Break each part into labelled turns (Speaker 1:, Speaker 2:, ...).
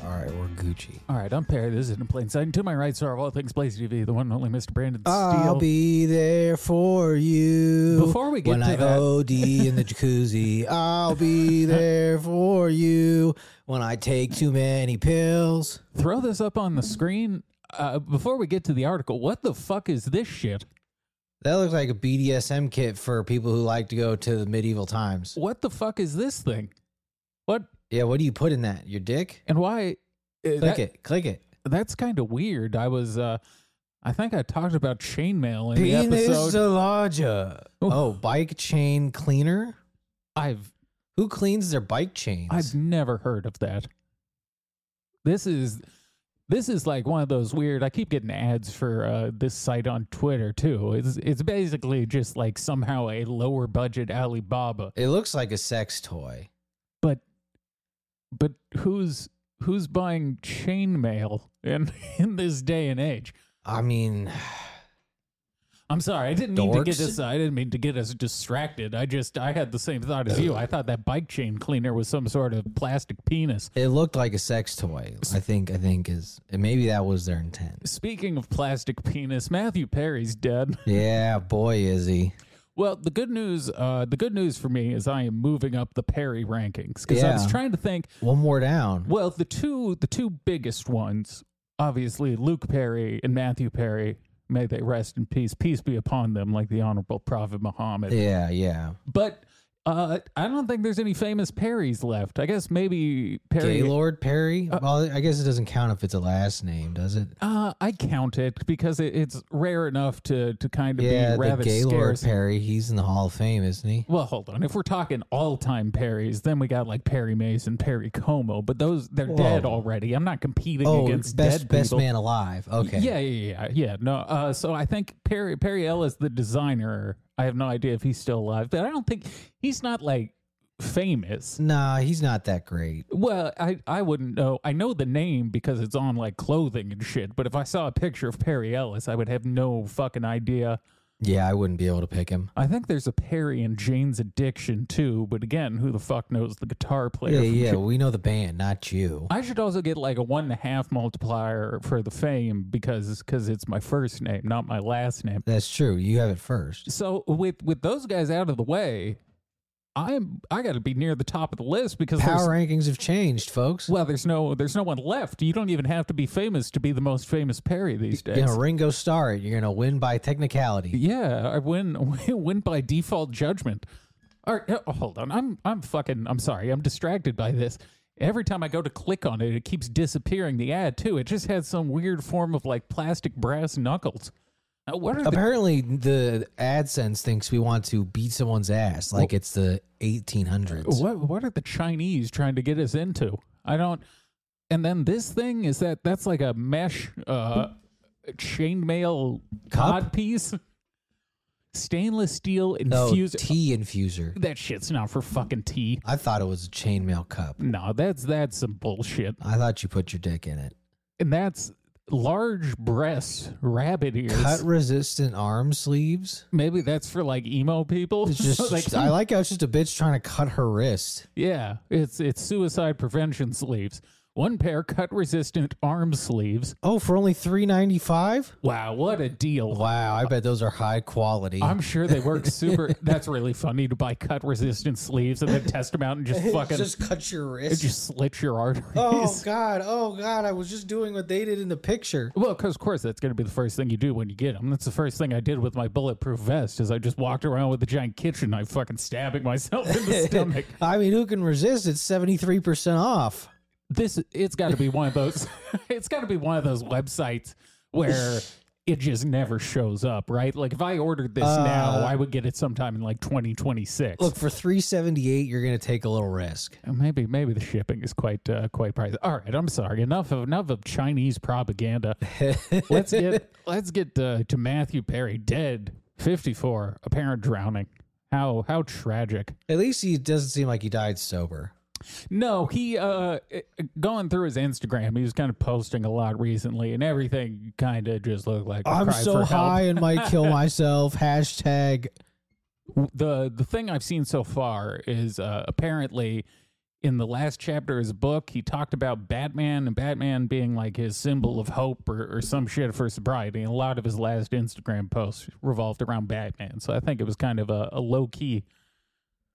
Speaker 1: Sorry, we're Gucci.
Speaker 2: All right, I'm Perry. This is in plain sight. And to my right, sir, of all things, Blaze TV, the one and only Mr. Brandon
Speaker 1: Ah, I'll
Speaker 2: Steele.
Speaker 1: be there for you.
Speaker 2: Before we get
Speaker 1: when
Speaker 2: to
Speaker 1: I
Speaker 2: that-
Speaker 1: OD in the jacuzzi, I'll be there for you. When I take too many pills,
Speaker 2: Throw this up on the screen. Uh, before we get to the article, what the fuck is this shit?
Speaker 1: that looks like a BDSM kit for people who like to go to the medieval times.
Speaker 2: What the fuck is this thing? What
Speaker 1: Yeah, what do you put in that? Your dick?
Speaker 2: and why? uh,
Speaker 1: Click
Speaker 2: that-
Speaker 1: it. Click it.
Speaker 2: That's kind of weird. I was, uh, I think I talked about chainmail in the episode.
Speaker 1: Penisologia. Oh, bike chain cleaner.
Speaker 2: I've
Speaker 1: Who cleans their bike chains?
Speaker 2: I've never heard of that. This is this is like one of those weird. I keep getting ads for uh, this site on Twitter too. It's it's basically just like somehow a lower budget Alibaba,
Speaker 1: it looks like a sex toy.
Speaker 2: but but who's who's buying chainmail in in this day and age?
Speaker 1: I mean,
Speaker 2: I'm sorry, I didn't mean to get
Speaker 1: Dorks.
Speaker 2: this. I didn't mean to get us distracted. I just I had the same thought as you. I thought that bike chain cleaner was some sort of plastic penis.
Speaker 1: it looked like a sex toy. I think. I think is and maybe that was their intent.
Speaker 2: Speaking of plastic penis, Matthew Perry's dead.
Speaker 1: Yeah, boy, is he.
Speaker 2: Well, the good news, uh, the good news for me is I am moving up the Perry rankings because I was
Speaker 1: Yeah.
Speaker 2: trying to think.
Speaker 1: One more down.
Speaker 2: Well, the two, the two biggest ones, obviously Luke Perry and Matthew Perry. May they rest in peace. Peace be upon them, like the honorable Prophet Muhammad.
Speaker 1: Yeah, yeah.
Speaker 2: But uh, I don't think there's any famous Perrys left. I guess maybe Perry.
Speaker 1: Gaylord Perry. well, I guess it doesn't count if it's a last name, does it?
Speaker 2: Uh, I count it because it, it's rare enough to to kind of
Speaker 1: Yeah,
Speaker 2: be
Speaker 1: the
Speaker 2: rather
Speaker 1: Gaylord
Speaker 2: scarce.
Speaker 1: Perry. He's in the Hall of Fame, isn't he?
Speaker 2: Well, hold on. If we're talking all time Perrys, then we got like Perry Mason, Perry Como, but those they're
Speaker 1: Whoa.
Speaker 2: dead already. I'm not competing
Speaker 1: Oh,
Speaker 2: against
Speaker 1: best
Speaker 2: dead
Speaker 1: best
Speaker 2: people.
Speaker 1: man alive. Okay.
Speaker 2: Yeah, yeah, yeah, yeah. No, uh, so I think Perry Perry Ellis, the designer, I have no idea if he's still alive, but I don't think he's not like famous.
Speaker 1: Nah, he's not that great.
Speaker 2: Well, I, I wouldn't know. I know the name because it's on like clothing and shit, but if I saw a picture of Perry Ellis, I would have no fucking idea.
Speaker 1: Yeah, I wouldn't be able to pick him.
Speaker 2: I think there's a Perry in Jane's Addiction too, but again, who the fuck knows the guitar player?
Speaker 1: Yeah,
Speaker 2: from
Speaker 1: yeah.
Speaker 2: Jane-
Speaker 1: We know the band, not you.
Speaker 2: I should also get like a one and a half multiplier for the fame because because it's my first name, not my last name.
Speaker 1: That's true. You have it first.
Speaker 2: So with with those guys out of the way, I'm I got to be near the top of the list because
Speaker 1: Power
Speaker 2: there's,
Speaker 1: rankings have changed, folks.
Speaker 2: well, there's no there's no one left. You don't even have to be famous to be the most famous Perry these days.
Speaker 1: you know, Ringo Starr it. You're gonna win by technicality.
Speaker 2: Yeah, I win win by default judgment. All right, uh, hold on. I'm I'm fucking I'm sorry. I'm distracted by this. Every time I go to click on it, it keeps disappearing the ad too. It just has some weird form of like plastic brass knuckles. Uh, what are the,
Speaker 1: Apparently, the AdSense thinks we want to beat someone's ass like it's the 1800s.
Speaker 2: what what are the Chinese trying to get us into? I don't And then this thing is that that's like a mesh uh chainmail
Speaker 1: Cup?
Speaker 2: codpiece stainless steel
Speaker 1: No,
Speaker 2: infused
Speaker 1: tea infuser.
Speaker 2: that shit's not for fucking tea.
Speaker 1: I thought it was a chainmail cup.
Speaker 2: No, that's that's some bullshit.
Speaker 1: I thought you put your dick in it.
Speaker 2: And that's large breasts, rabbit ears.
Speaker 1: Cut resistant arm sleeves.
Speaker 2: Maybe that's for like emo people.
Speaker 1: It's just
Speaker 2: like,
Speaker 1: I like how it's just a bitch trying to cut her wrist.
Speaker 2: yeah, it's it's suicide prevention sleeves. One pair cut resistant arm sleeves.
Speaker 1: Oh, for only three ninety five.
Speaker 2: Wow, what a deal.
Speaker 1: Wow, I bet those are high quality.
Speaker 2: I'm sure they work super. that's really funny to buy cut resistant sleeves and then test them out and just fucking just,
Speaker 1: just cut your wrist.
Speaker 2: slit your arteries.
Speaker 1: oh God! Oh God! I was just doing what they did in the picture.
Speaker 2: Well, because of course that's going to be the first thing you do when you get them. That's the first thing I did with my bulletproof vest is I just walked around with a giant kitchen knife, fucking stabbing myself in the stomach.
Speaker 1: I mean, who can resist? It's seventy three percent off.
Speaker 2: This it's got to be one of those. it's got to be one of those websites where it just never shows up, right? Like if I ordered this now, I would get it sometime in like 2026.
Speaker 1: Look, for 378, you're going to take a little risk.
Speaker 2: Maybe maybe the shipping is quite uh, quite pricey. All right, I'm sorry. Enough of enough of Chinese propaganda. let's get let's get uh, to Matthew Perry, dead, 54, apparent drowning. How how tragic.
Speaker 1: At least he doesn't seem like he died sober.
Speaker 2: No, he uh going through his Instagram, he was kind of posting a lot recently, and everything kind of just looked like a
Speaker 1: I'm
Speaker 2: cry
Speaker 1: so
Speaker 2: for help.
Speaker 1: high and might kill myself. Hashtag.
Speaker 2: the the thing I've seen so far is uh, apparently in the last chapter of his book, he talked about Batman and Batman being like his symbol of hope or, or some shit for sobriety. And a lot of his last Instagram posts revolved around Batman. So I think it was kind of a, a low key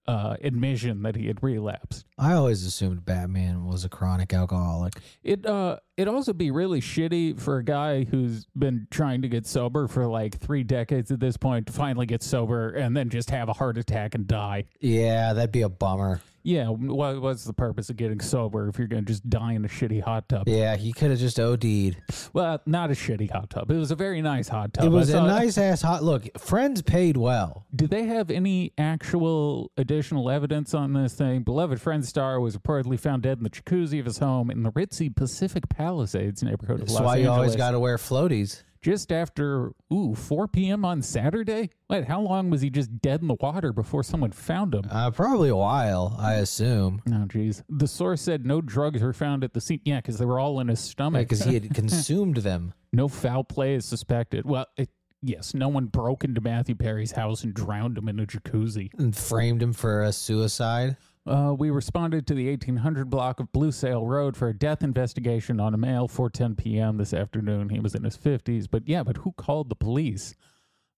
Speaker 2: uh, admission that he had relapsed.
Speaker 1: I always assumed Batman was a chronic alcoholic.
Speaker 2: It uh it'd also be really shitty for a guy who's been trying to get sober for like three decades at this point to finally get sober and then just have a heart attack and die.
Speaker 1: Yeah, that'd be a bummer.
Speaker 2: Yeah, what, what's the purpose of getting sober if you're gonna just die in a shitty hot tub?
Speaker 1: Yeah, he could have just OD'd.
Speaker 2: Well, not a shitty hot tub. It was a very nice hot tub.
Speaker 1: It was
Speaker 2: I
Speaker 1: a
Speaker 2: saw-
Speaker 1: nice ass hot look. Friends paid well.
Speaker 2: Did they have any actual additional evidence on this thing? Beloved friend Star was reportedly found dead in the jacuzzi of his home in the ritzy Pacific Palisades neighborhood of
Speaker 1: That's
Speaker 2: Los
Speaker 1: why
Speaker 2: Angeles.
Speaker 1: you always got to wear floaties.
Speaker 2: just after ooh 4 p.m. on Saturday. Wait, how long was he just dead in the water before someone found him?
Speaker 1: Uh, probably a while, I assume,
Speaker 2: Oh, geez. The source said no drugs were found at the scene. Yeah, because they were all in his stomach.
Speaker 1: because he had consumed them.
Speaker 2: no foul play is suspected. Well, it, yes, no one broke into Matthew Perry's house and drowned him in a jacuzzi.
Speaker 1: and framed him for a suicide.
Speaker 2: Uh, we responded to the 1800 block of Blue Sail Road for a death investigation on a male 4:10 p.m. this afternoon. He was in his 50s, but yeah, but who called the police?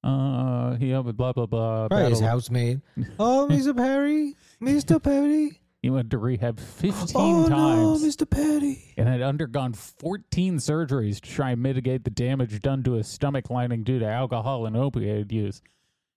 Speaker 2: Uh, he uh, blah blah blah.
Speaker 1: Probably his
Speaker 2: battled-
Speaker 1: housemaid. Oh, Mr. Perry, Mr. Perry.
Speaker 2: He went to rehab 15
Speaker 1: Oh no,
Speaker 2: times
Speaker 1: Mr. Perry.
Speaker 2: and had undergone 14 surgeries to try and mitigate the damage done to his stomach lining due to alcohol and opioid use.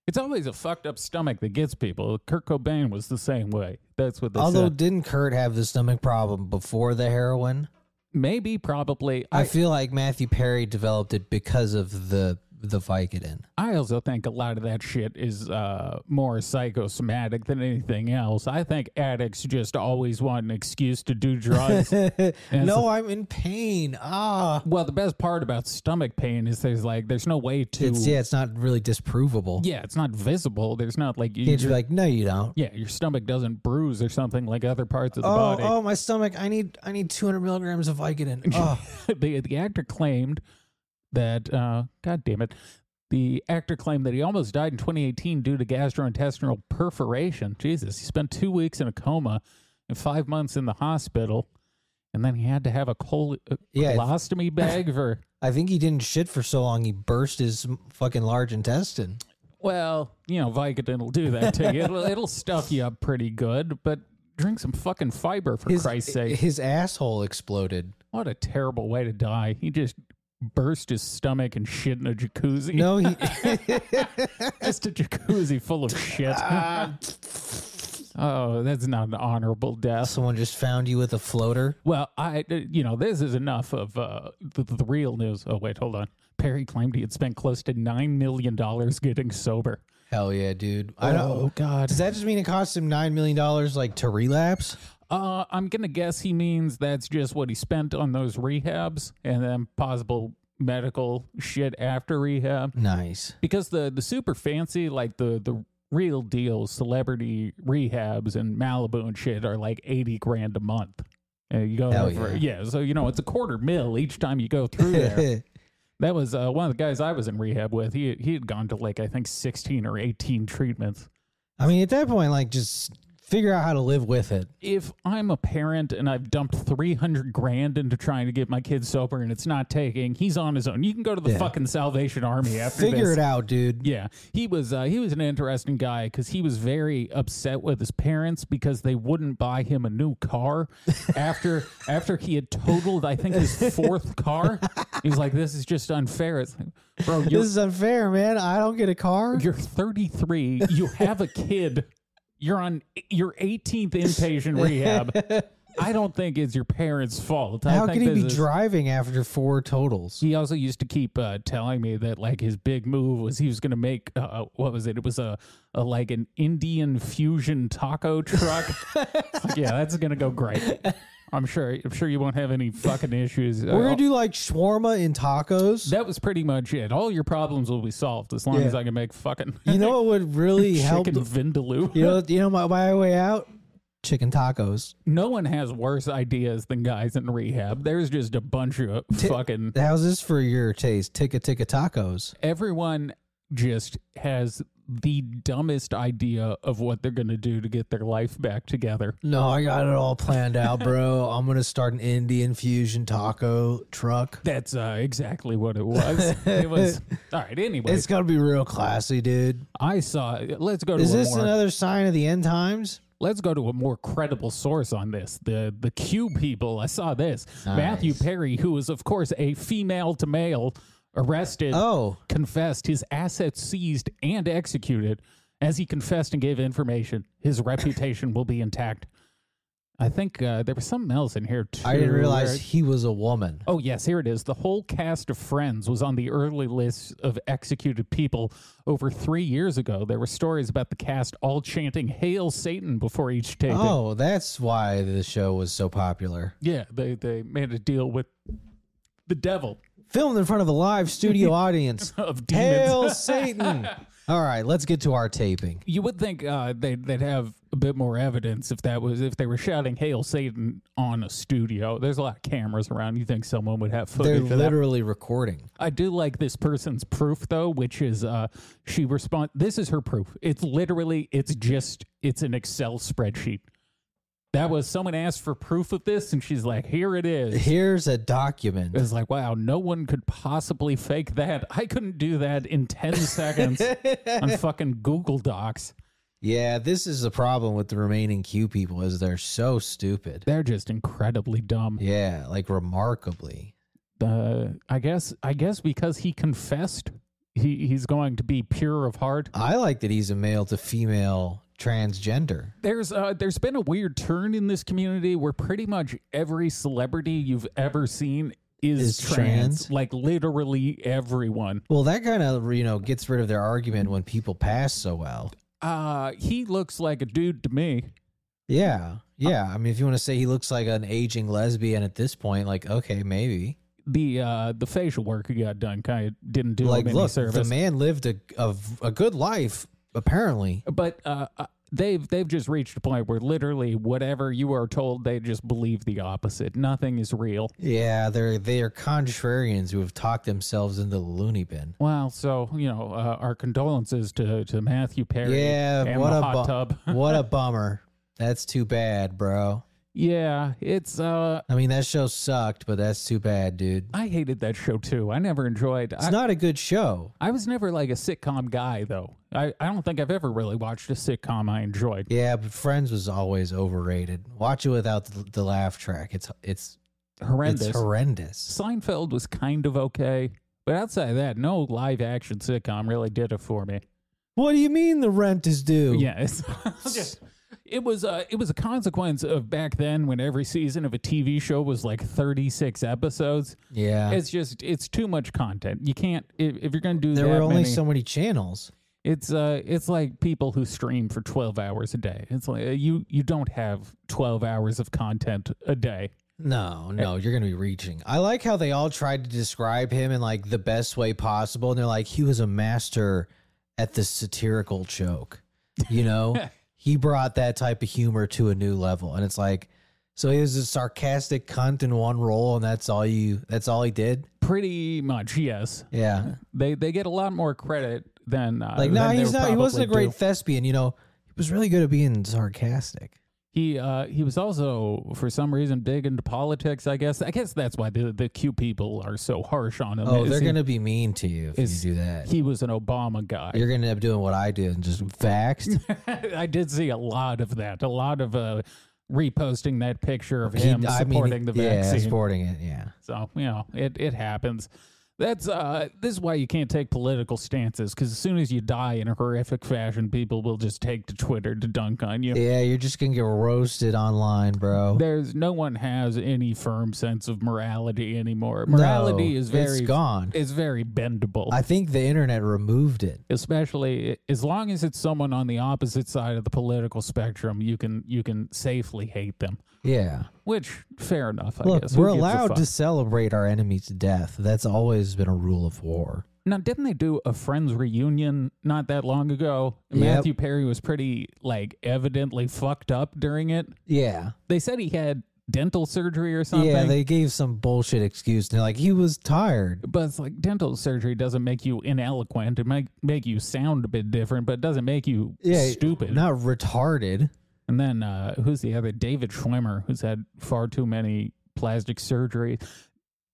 Speaker 2: It's always a fucked up stomach that gets people. Kurt Cobain was the same way. That's what they
Speaker 1: Although,
Speaker 2: said.
Speaker 1: didn't Kurt have the stomach problem before the heroin?
Speaker 2: Maybe, probably.
Speaker 1: I,
Speaker 2: I,
Speaker 1: feel like Matthew Perry developed it because of the the Vicodin.
Speaker 2: I also think a lot of that shit is uh, more psychosomatic than anything else. I think addicts just always want an excuse to do drugs.
Speaker 1: no, I'm in pain. Ah,
Speaker 2: well, the best part about stomach pain is there's like there's no way to
Speaker 1: it's yeah, it's not really disprovable.
Speaker 2: Yeah, it's not visible. There's not like you.
Speaker 1: Can't you be like, no, you don't.
Speaker 2: yeah, your stomach doesn't bruise or something like other parts of the
Speaker 1: Oh,
Speaker 2: body.
Speaker 1: oh, my stomach. I need, I need 200 milligrams of Vicodin. Oh,
Speaker 2: the the actor claimed that. Uh, God damn it. The actor claimed that he almost died in 2018 due to gastrointestinal perforation. Jesus, he spent two weeks in a coma and five months in the hospital, and then he had to have a col- uh,
Speaker 1: Yeah, it's-
Speaker 2: colostomy bag for.
Speaker 1: I think he didn't shit for so long. He burst his fucking large intestine.
Speaker 2: Well, you know, Vicodin will do that to you. It'll, it'll stuff you up pretty good, but drink some fucking fiber for Christ's sake.
Speaker 1: His asshole exploded.
Speaker 2: What a terrible way to die. He just burst his stomach and shit in a jacuzzi.
Speaker 1: No, he,
Speaker 2: Just a jacuzzi full of shit. oh, that's not an honorable death.
Speaker 1: someone just found you with a floater.
Speaker 2: Well, I, uh, you know, this is enough of uh, the, the real news. Oh, wait, hold on. Perry claimed he had spent close to $9 million getting sober.
Speaker 1: Hell yeah, dude. I
Speaker 2: Oh,
Speaker 1: don't.
Speaker 2: God.
Speaker 1: Does that just mean it cost him nine million dollars, like to relapse?
Speaker 2: Uh, I'm gonna guess he means that's just what he spent on those rehabs and then possible medical shit after rehab.
Speaker 1: Nice.
Speaker 2: Because the the super fancy, like the the real deal celebrity rehabs and Malibu and shit are like eighty grand a month. Uh, you go
Speaker 1: Hell
Speaker 2: there for yeah. so you know it's a quarter mil each time you go through there. that was uh, one of the guys I was in rehab with. He he had gone to like I think sixteen or eighteen treatments.
Speaker 1: I mean, at that point, like, just figure out how to live with it.
Speaker 2: if I'm a parent and I've dumped 300 grand into trying to get my kids sober and it's not taking, he's on his own. You can go to the fucking Salvation Army after
Speaker 1: Figure
Speaker 2: this.
Speaker 1: it out, dude.
Speaker 2: Yeah, he was uh, he was an interesting guy because he was very upset with his parents because they wouldn't buy him a new car after after he had totaled I think his fourth car. He was like, "This is just unfair." It's like, bro, you're
Speaker 1: This is unfair, man. I don't get a car.
Speaker 2: you're 33 you have a kid you're on your 18th inpatient rehab i don't think it's your parents fault I
Speaker 1: How
Speaker 2: think
Speaker 1: could he
Speaker 2: this
Speaker 1: be
Speaker 2: is-
Speaker 1: driving after four totals?
Speaker 2: he also used to keep uh, telling me that like his big move was he was going to make uh, what was it it was a, a like an indian fusion taco truck It's like, yeah that's going to go great i'm sure i'm sure you won't have any fucking issues
Speaker 1: We're gonna do like shawarma and tacos.
Speaker 2: that was pretty much it all your problems will be solved as long as i can make fucking
Speaker 1: you know what would really help?
Speaker 2: chicken vindaloo
Speaker 1: You know, you know my, my way out. Chicken tacos.
Speaker 2: no one has worse ideas than guys in rehab. There's just a bunch of fucking
Speaker 1: How's this for your taste? Ticka ticka tacos.
Speaker 2: everyone just has the dumbest idea of what they're going to do to get their life back together.
Speaker 1: No, I got it all planned out, bro. I'm gonna start an Indian fusion taco truck.
Speaker 2: That's uh, exactly what it was. it was all right. Anyway,
Speaker 1: It's gotta be real classy, dude.
Speaker 2: I saw. Let's go to
Speaker 1: Is
Speaker 2: a
Speaker 1: this
Speaker 2: more,
Speaker 1: another sign of the end times?
Speaker 2: Let's go to a more credible source on this. The the Q people. I saw this. Matthew Perry, who is of course a female to male, arrested,
Speaker 1: Oh,
Speaker 2: confessed his assets seized and executed. As he confessed and gave information, his reputation will be intact. I think uh, there was something else in here too.
Speaker 1: I didn't realize
Speaker 2: where-
Speaker 1: he was a woman.
Speaker 2: Oh, yes, here it is. The whole cast of Friends was on the early list of executed people over three years ago. There were stories about the cast all chanting Hail Satan before each taping.
Speaker 1: Oh, that's why the show was so popular.
Speaker 2: Yeah, they, they made a deal with the devil
Speaker 1: Filmed in front of a live studio audience.
Speaker 2: of demons.
Speaker 1: Hail Satan! All right, let's get to our taping.
Speaker 2: You would think uh, they'd, they'd have a bit more evidence if that was if they were shouting "Hail Satan" on a studio. There's a lot of cameras around. You think someone would have
Speaker 1: They're
Speaker 2: footage? of that?
Speaker 1: literally recording.
Speaker 2: I do like this person's proof though, which is uh she respond this is her proof. It's literally it's just it's an Excel spreadsheet. That was someone asked for proof of this and she's like, "Here it is."
Speaker 1: Here's a document.
Speaker 2: It's like, "Wow, no one could possibly fake that. I couldn't do that in 10 seconds on fucking Google Docs."
Speaker 1: Yeah, this is the problem with the remaining Q people is they're so stupid.
Speaker 2: They're just incredibly dumb.
Speaker 1: Yeah, like remarkably.
Speaker 2: Uh, I guess I guess because he confessed, he he's going to be pure of heart.
Speaker 1: I like that he's a male to female transgender.
Speaker 2: there's uh, there's been a weird turn in this community where pretty much every celebrity you've ever seen is,
Speaker 1: Is
Speaker 2: trans.
Speaker 1: trans.
Speaker 2: like literally everyone.
Speaker 1: Well, that kind of you know gets rid of their argument when people pass so well.
Speaker 2: Uh, he looks like a dude to me.
Speaker 1: Yeah, yeah. I mean, if you want to say he looks like an aging lesbian at this point, like okay, maybe.
Speaker 2: The uh, the facial work he got done kind of didn't do
Speaker 1: Like,
Speaker 2: him any
Speaker 1: look, the
Speaker 2: service.
Speaker 1: man lived a of a good life apparently.
Speaker 2: but uh, uh, they've they've just reached a point where literally whatever you are told, they just believe the opposite. Nothing is real.
Speaker 1: Yeah, they're they are contrarians who have talked themselves into the loony bin.
Speaker 2: Well, so you know, uh, our condolences to to Matthew Perry.
Speaker 1: Yeah,
Speaker 2: and
Speaker 1: what
Speaker 2: the
Speaker 1: a bu-
Speaker 2: hot tub.
Speaker 1: what a bummer. That's too bad, bro.
Speaker 2: Yeah, it's uh
Speaker 1: I mean, that show sucked, but that's too bad, dude.
Speaker 2: I hated that show too. I never enjoyed
Speaker 1: It's
Speaker 2: I,
Speaker 1: not a good show.
Speaker 2: I was never like a sitcom guy though. I, I don't think I've ever really watched a sitcom I enjoyed.
Speaker 1: Yeah, but Friends was always overrated. Watch it without the, the laugh track. It's it's
Speaker 2: Horrendous.
Speaker 1: it's horrendous.
Speaker 2: Seinfeld was kind of okay. But outside of that, no live action sitcom really did it for me.
Speaker 1: What do you mean the rent is due?
Speaker 2: Yeah, it's just it was uh, it was a consequence of back then when every season of a TV show was like 36 episodes.
Speaker 1: yeah.
Speaker 2: It's just it's too much content. You can't if, if you're going to do
Speaker 1: there
Speaker 2: that
Speaker 1: were only
Speaker 2: many-
Speaker 1: so many channels.
Speaker 2: It's uh, it's like people who stream for twelve hours a day. It's like uh, you you don't have twelve hours of content a day.
Speaker 1: No, no, you're gonna be reaching. I like how they all tried to describe him in like the best way possible, and they're like, he was a master at the satirical joke. You know, he brought that type of humor to a new level, and it's like, so he was a sarcastic cunt in one role, and that's all you. That's all he did.
Speaker 2: Pretty much, yes.
Speaker 1: Yeah,
Speaker 2: They they get a lot more credit than uh,
Speaker 1: like
Speaker 2: than
Speaker 1: no,
Speaker 2: they
Speaker 1: he's not. He wasn't a
Speaker 2: probably
Speaker 1: great thespian. You know, he was really good at being sarcastic.
Speaker 2: do. He uh he was also for some reason big into politics. I guess I guess that's why the the Q people are so harsh on him.
Speaker 1: Oh,
Speaker 2: is
Speaker 1: they're
Speaker 2: he,
Speaker 1: gonna be mean to you if
Speaker 2: is-
Speaker 1: you do that.
Speaker 2: He was an Obama guy.
Speaker 1: You're gonna end up doing what I did and just vaxxed.
Speaker 2: I did see a lot of that. A lot of uh reposting that picture of
Speaker 1: He-
Speaker 2: him
Speaker 1: I mean,
Speaker 2: supporting the vaccine.
Speaker 1: Yeah, supporting it. Yeah.
Speaker 2: So you know, it it happens. That's uh, this is why you can't take political stances because as soon as you die in a horrific fashion, people will just take to Twitter to dunk on you.
Speaker 1: Yeah, you're just gonna get roasted online, bro.
Speaker 2: There's no one has any firm sense of morality anymore. Morality
Speaker 1: No,
Speaker 2: is very
Speaker 1: it's gone.
Speaker 2: It's very bendable,
Speaker 1: I think the internet removed it.
Speaker 2: especially as long as it's someone on the opposite side of the political spectrum. You can you can safely hate them,
Speaker 1: Yeah.
Speaker 2: which fair enough. I
Speaker 1: Look,
Speaker 2: guess. Who
Speaker 1: we're
Speaker 2: gives a
Speaker 1: allowed
Speaker 2: fuck?
Speaker 1: to celebrate our enemies' death. That's always been a rule of war.
Speaker 2: Now, didn't they do a Friends reunion not that long ago?
Speaker 1: Yep.
Speaker 2: Matthew Perry was pretty, like, evidently fucked up during it.
Speaker 1: Yeah.
Speaker 2: They said he had dental surgery or something.
Speaker 1: Yeah, they gave some bullshit excuse. They're like, he was tired.
Speaker 2: but it's like dental surgery doesn't make you ineloquent. It might make you sound a bit different, but it doesn't make you
Speaker 1: Yeah,
Speaker 2: stupid.
Speaker 1: Not retarded.
Speaker 2: And then uh, who's the other? David Schwimmer, who's had far too many plastic surgeries.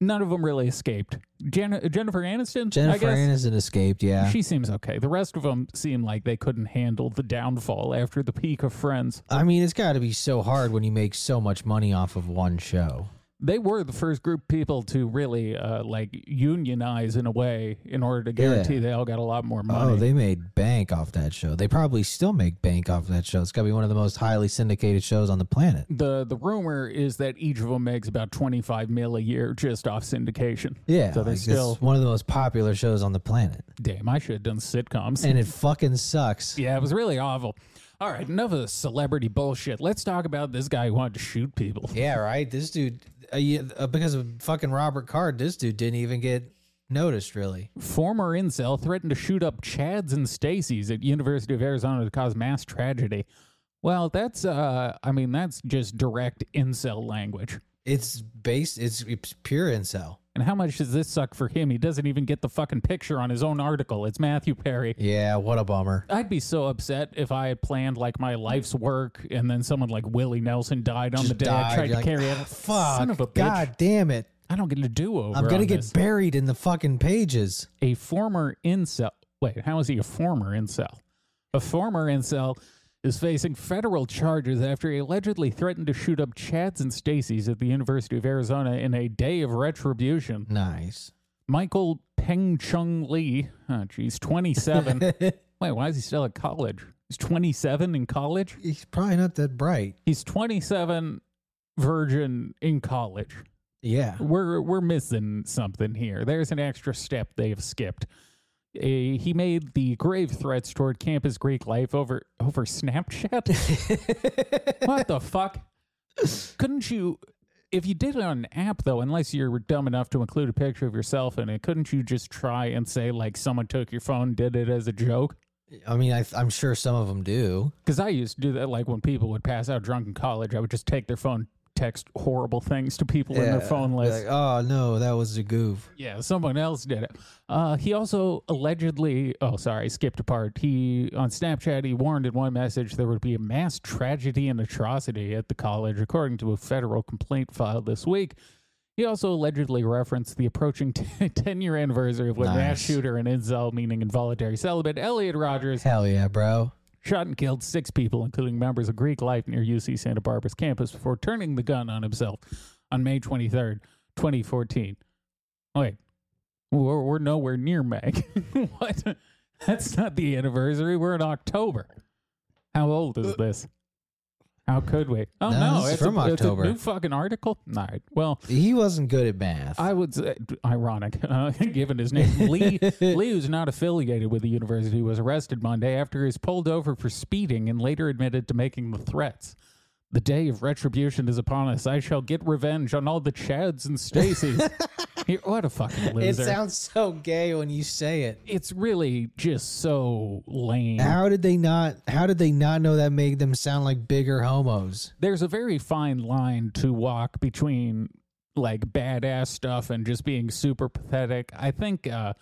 Speaker 2: None of them really escaped. Jan- Jennifer Aniston, I
Speaker 1: Jennifer
Speaker 2: guess.
Speaker 1: Aniston escaped, yeah.
Speaker 2: She seems okay. The rest of them seem like they couldn't handle the downfall after the peak of Friends.
Speaker 1: I mean, it's got to be so hard when you make so much money off of one show.
Speaker 2: They were the first group of people to really uh, like unionize in a way in order to guarantee they all got a lot more money.
Speaker 1: Oh, they made bank off that show. They probably still make bank off that show. It's got to be one of the most highly syndicated shows on the planet.
Speaker 2: the the rumor is that each of them makes about 25 mil a year just off syndication.
Speaker 1: Yeah,
Speaker 2: So they
Speaker 1: like, it's
Speaker 2: still-
Speaker 1: one of the most popular shows on the planet,
Speaker 2: Damn, I should have done sitcoms.
Speaker 1: and it fucking sucks.
Speaker 2: Yeah, it was really awful. All right, enough of the celebrity bullshit. Let's talk about this guy who wanted to shoot people.
Speaker 1: Yeah, right. This dude, uh, yeah, uh, because of fucking Robert Card, this dude didn't even get noticed. Really,
Speaker 2: Former incel threatened to shoot up Chads and Stacy's at University of Arizona to cause mass tragedy. Well, that's uh I mean that's just direct incel language.
Speaker 1: it's based. It's, it's pure incel.
Speaker 2: And how much does this suck for him? He doesn't even get the fucking picture on his own article. It's Matthew Perry.
Speaker 1: Yeah, what a bummer.
Speaker 2: I'd be so upset if I had planned like my life's work and then someone like Willie Nelson died on the day I
Speaker 1: died,
Speaker 2: tried to
Speaker 1: you're like, "Ah,
Speaker 2: carry it. out.
Speaker 1: Fuck,
Speaker 2: Son of a bitch.
Speaker 1: god damn it!
Speaker 2: I don't get a do over.
Speaker 1: I'm gonna get buried in the fucking pages.
Speaker 2: a former incel. Wait, how is he a former incel? A former incel is facing federal charges after he allegedly threatened to shoot up Chads and Stacy's at the University of Arizona in a day of retribution.
Speaker 1: Nice.
Speaker 2: Michael Peng Chung Lee, oh geez, 27. Wait, why is he still at college? He's 27 in college?
Speaker 1: He's probably not that bright.
Speaker 2: He's 27 virgin in college.
Speaker 1: Yeah.
Speaker 2: We're we're missing something here. There's an extra step they have skipped. Eh, he made the grave threats toward campus Greek life over over Snapchat. what the fuck? Couldn't you if you did it on an app though, unless you were dumb enough to include a picture of yourself in it, couldn't you just try and say like someone took your phone, did it as a joke?
Speaker 1: I mean, I, I'm sure some of them do.
Speaker 2: Because I used to do that, like when people would pass out drunk in college, I would just take their phone, text horrible things to people in their phone
Speaker 1: Be
Speaker 2: list.
Speaker 1: Like, oh no, that was a goof.
Speaker 2: yeah, someone else did it. Uh, he also allegedly, oh, sorry, skipped a part. He, on Snapchat, he warned in one message there would be a mass tragedy and atrocity at the college, according to a federal complaint filed this week. He also allegedly referenced the approaching 10 year anniversary of when mass
Speaker 1: Nice.
Speaker 2: shooter and incel, meaning involuntary celibate, Elliot Rogers
Speaker 1: Hell yeah, bro.
Speaker 2: shot and killed six people, including members of Greek life near UC Santa Barbara's campus, before turning the gun on himself on May 23rd, 2014. Wait, we're, we're nowhere near May. what? That's not the anniversary. We're in October. How old is this? How could we? Oh,
Speaker 1: Uh, No,
Speaker 2: no.
Speaker 1: this is
Speaker 2: it's
Speaker 1: from
Speaker 2: a, it's a
Speaker 1: October.
Speaker 2: new fucking article? All right. Well,
Speaker 1: He wasn't good at math.
Speaker 2: I would say, ironic, uh, given his name. Lee, Lee, who's not affiliated with the university, was arrested Monday after he was pulled over for speeding and later admitted to making the threats. The day of retribution is upon us. I shall get revenge on all the Chads and Stacy's. Here- what a fucking
Speaker 1: it
Speaker 2: loser.
Speaker 1: sounds so gay when you say it.
Speaker 2: it's really just so lame.
Speaker 1: How did they not? How did they not know that made them sound like bigger homos?
Speaker 2: There's a very fine line to walk between like badass stuff and just being super pathetic. I think uh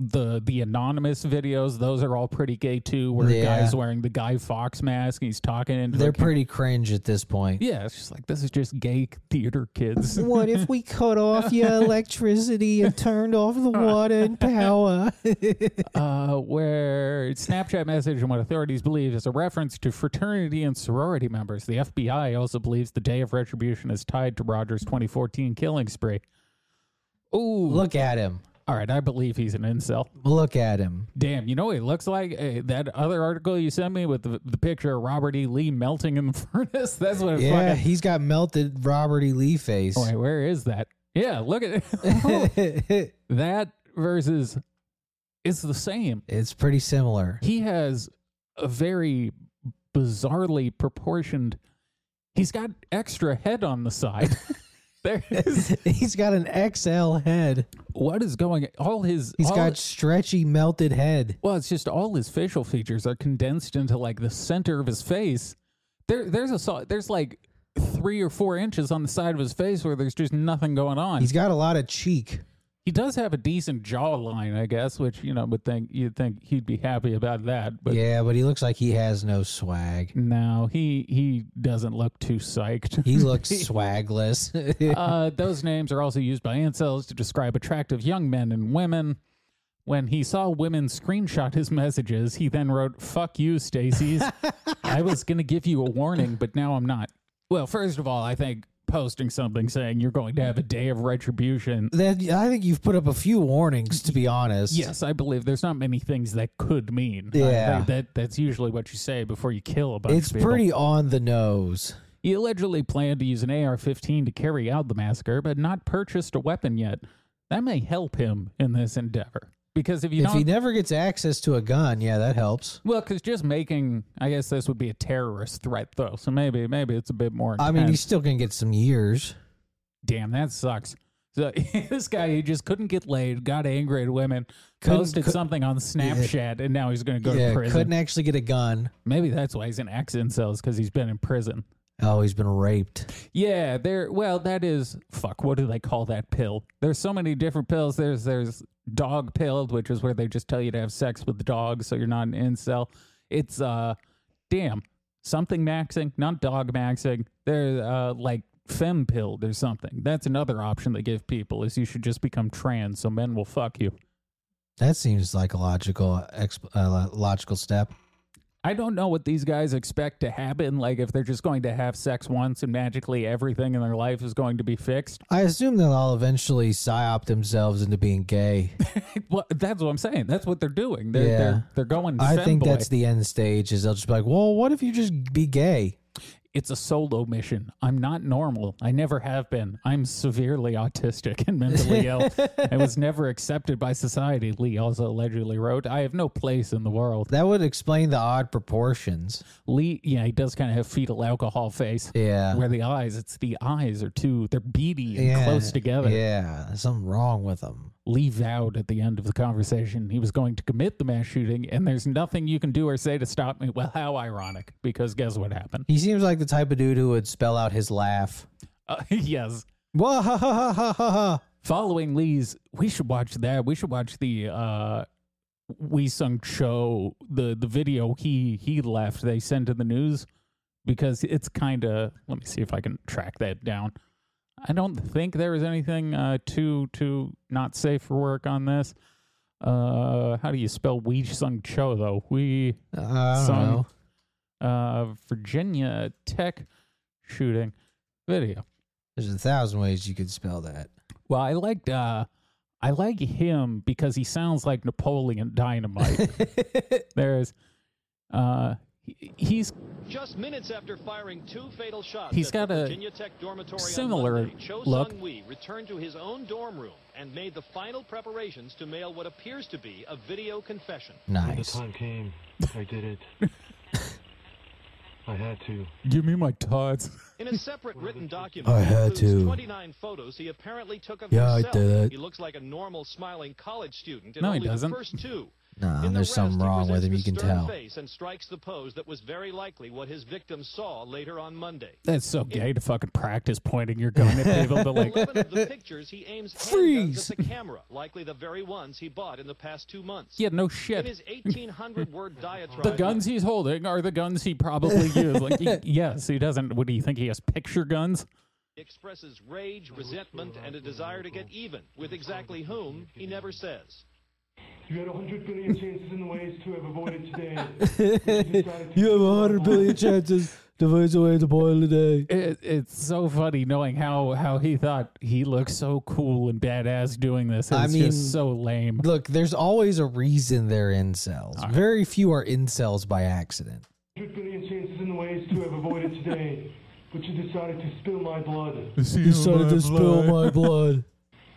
Speaker 2: the the anonymous videos, those are all pretty gay too, where a
Speaker 1: Yeah.
Speaker 2: guys wearing the Guy Fox mask and he's talking into the
Speaker 1: They're pretty cringe at this point.
Speaker 2: Yeah, it's just like this is just gay theater kids.
Speaker 1: What if we cut off your electricity and turned off the water and power?
Speaker 2: uh, where Snapchat message and what authorities believe is a reference to fraternity and sorority members. The FBI also believes the day of retribution is tied to Rogers' 2014 killing spree. Ooh,
Speaker 1: Look at him.
Speaker 2: all right, I believe he's an incel.
Speaker 1: Look at him.
Speaker 2: Damn, you know what he looks like? Eh, that other article you sent me with the, the picture of Robert E. Lee melting in the furnace. That's what it
Speaker 1: Yeah,
Speaker 2: fucking.
Speaker 1: he's got melted Robert E. Lee face.
Speaker 2: Wait, where is that? Yeah, look at it. that versus it's the same.
Speaker 1: it's pretty similar.
Speaker 2: He has a very bizarrely proportioned. He's got extra head on the side. there is
Speaker 1: he's got an XL head.
Speaker 2: what is going. All his
Speaker 1: He's
Speaker 2: all-
Speaker 1: got stretchy, melted head.
Speaker 2: Well, it's just all his facial features are condensed into like the center of his face. There, there's a sol- there's like three or four inches on the side of his face where there's just nothing going on.
Speaker 1: He's got a lot of cheek.
Speaker 2: he does have a decent jawline, I guess, which you know would think you'd think he'd be happy about that, but
Speaker 1: yeah, but he looks like he has no swag.
Speaker 2: no, he he doesn't look too psyched.
Speaker 1: He looks swagless.
Speaker 2: uh, those names are also used by incels to describe attractive young men and women. When he saw women screenshot his messages, he then wrote, Fuck you, Stacey's. I was going to give you a warning, but now I'm not. Well, first of all, I think posting something saying you're going to have a day of retribution.
Speaker 1: that I think you've put up a few warnings, to be honest.
Speaker 2: Yes, I believe there's not many things that could mean. I
Speaker 1: Yeah.
Speaker 2: think that that's usually what you say before you kill a bunch
Speaker 1: It's
Speaker 2: of people.
Speaker 1: pretty on the nose.
Speaker 2: He allegedly planned to use an AR 15 to carry out the massacre, but not purchased a weapon yet. That may help him in this endeavor. Because if you
Speaker 1: If
Speaker 2: don't.
Speaker 1: he never gets access to a gun, yeah, that helps.
Speaker 2: well, because just making, I guess this would be a terrorist threat, though. So maybe, maybe it's a bit more.
Speaker 1: I mean, he's
Speaker 2: intense.
Speaker 1: still gonna get some years.
Speaker 2: damn, that sucks. So this guy, he just couldn't get laid, got angry at women,
Speaker 1: Couldn't-
Speaker 2: posted
Speaker 1: cou-
Speaker 2: something on Snapchat, and now he's going to go
Speaker 1: yeah,
Speaker 2: to prison.
Speaker 1: couldn't actually get a gun.
Speaker 2: Maybe that's why he's in accident cells because he's been in prison.
Speaker 1: Oh, he's been raped.
Speaker 2: Yeah, there. Well, that is fuck. What do they call that pill? There's so many different pills. There's there's dog pilled, which is where they just tell you to have sex with the dog, so you're not an incel. It's uh, damn, something maxing, not dog maxing. There's uh, like fem pilled or something. That's another option they give people is you should just become trans, so men will fuck you.
Speaker 1: That seems like a logical exp- uh, lo- logical step.
Speaker 2: I don't know what these guys expect to happen. Like if they're just going to have sex once and magically everything in their life is going to be fixed.
Speaker 1: I assume they'll all eventually psyop themselves into being gay.
Speaker 2: Well, that's what I'm saying. That's what they're doing. They're
Speaker 1: Yeah.
Speaker 2: they're, they're going.
Speaker 1: I think
Speaker 2: femboy.
Speaker 1: that's the end stage. Is they'll just be like, "Well, what if you just be gay?"
Speaker 2: it's a solo mission. I'm not normal. I never have been. I'm severely autistic and mentally ill. I was never accepted by society. Lee also allegedly wrote, "I have no place in the world."
Speaker 1: That would explain the odd proportions.
Speaker 2: Lee, yeah, he does kind of have fetal alcohol face.
Speaker 1: Yeah,
Speaker 2: Where the eyes, it's the eyes are too, they're beady and
Speaker 1: yeah,
Speaker 2: close together.
Speaker 1: Yeah, there's something wrong with them.
Speaker 2: Lee vowed at the end of the conversation he was going to commit the mass shooting, and there's nothing you can do or say to stop me. Well, how ironic, because guess what happened?
Speaker 1: He seems like the type of dude who would spell out his laugh.
Speaker 2: Uh, yes.
Speaker 1: Wah ha ha ha ha ha ha.
Speaker 2: Following Lee's, we should watch that. We should watch the uh, Wee Sung Cho, the, the video he, he left, they sent to the news because it's kind of, let me see if I can track that down. I don't think there was anything uh, too, too not safe for work on this. Uh, how do you spell Wee Sung Cho, though? Wee.
Speaker 1: Uh, I don't
Speaker 2: Some-
Speaker 1: know.
Speaker 2: uh, Virginia Tech shooting video.
Speaker 1: There's a thousand ways you could spell that.
Speaker 2: Well, I liked uh, I like him because he sounds like Napoleon Dynamite. There's uh, he- he's
Speaker 3: Just minutes after firing two fatal shots,
Speaker 2: He's
Speaker 3: at
Speaker 2: got
Speaker 3: the
Speaker 2: a
Speaker 3: Virginia Tech dormitory
Speaker 2: similar
Speaker 3: on Monday, Cho
Speaker 2: look.
Speaker 3: Sung Wee returned to his own dorm room and made the final preparations to mail what appears to be a video confession.
Speaker 4: When the
Speaker 1: Nice.
Speaker 4: time came, I did it. I had to.
Speaker 2: give me my tots.
Speaker 3: In a separate written document,
Speaker 1: I
Speaker 3: that
Speaker 1: had
Speaker 3: includes
Speaker 1: to.
Speaker 3: 29 photos he apparently took of
Speaker 1: Yeah, I
Speaker 3: himself.
Speaker 1: did it.
Speaker 3: He looks like a normal, smiling college student in
Speaker 2: No, he
Speaker 3: only
Speaker 2: doesn't.
Speaker 3: the first two.
Speaker 1: Nah,
Speaker 3: In the
Speaker 1: there's something
Speaker 3: rest, he
Speaker 1: wrong with him,
Speaker 3: presents
Speaker 1: you can
Speaker 3: a stern
Speaker 1: tell.
Speaker 3: Face and strikes the pose that was very likely what his victim saw later on Monday.
Speaker 2: That's so gay to fucking practice pointing your gun at people. To like,
Speaker 3: 11 of the pictures, he aims
Speaker 1: Freeze.
Speaker 3: handguns at the camera, likely the very ones he bought in the past two months.
Speaker 2: yeah, no
Speaker 3: In
Speaker 2: shit.
Speaker 3: his 1,800-word diatribe,
Speaker 2: The guns he's holding are the guns he probably used. Like, he- yes, he doesn't. What do you think he has? Picture guns?
Speaker 3: he expresses rage, resentment, and a desire to get even with exactly whom he never says.
Speaker 4: You had 100 billion chances and ways to have avoided today.
Speaker 1: You have a hundred billion chances to face away the boil today.
Speaker 2: it, it's so funny knowing how how he thought he looked so cool and badass doing this. It's
Speaker 1: I mean-
Speaker 2: just so lame.
Speaker 1: Look, there's always a reason they're incels. Very few are incels by accident.
Speaker 4: 100 billion chances and ways to have avoided today, but you decided to spill my blood.
Speaker 1: Decided to spill my blood.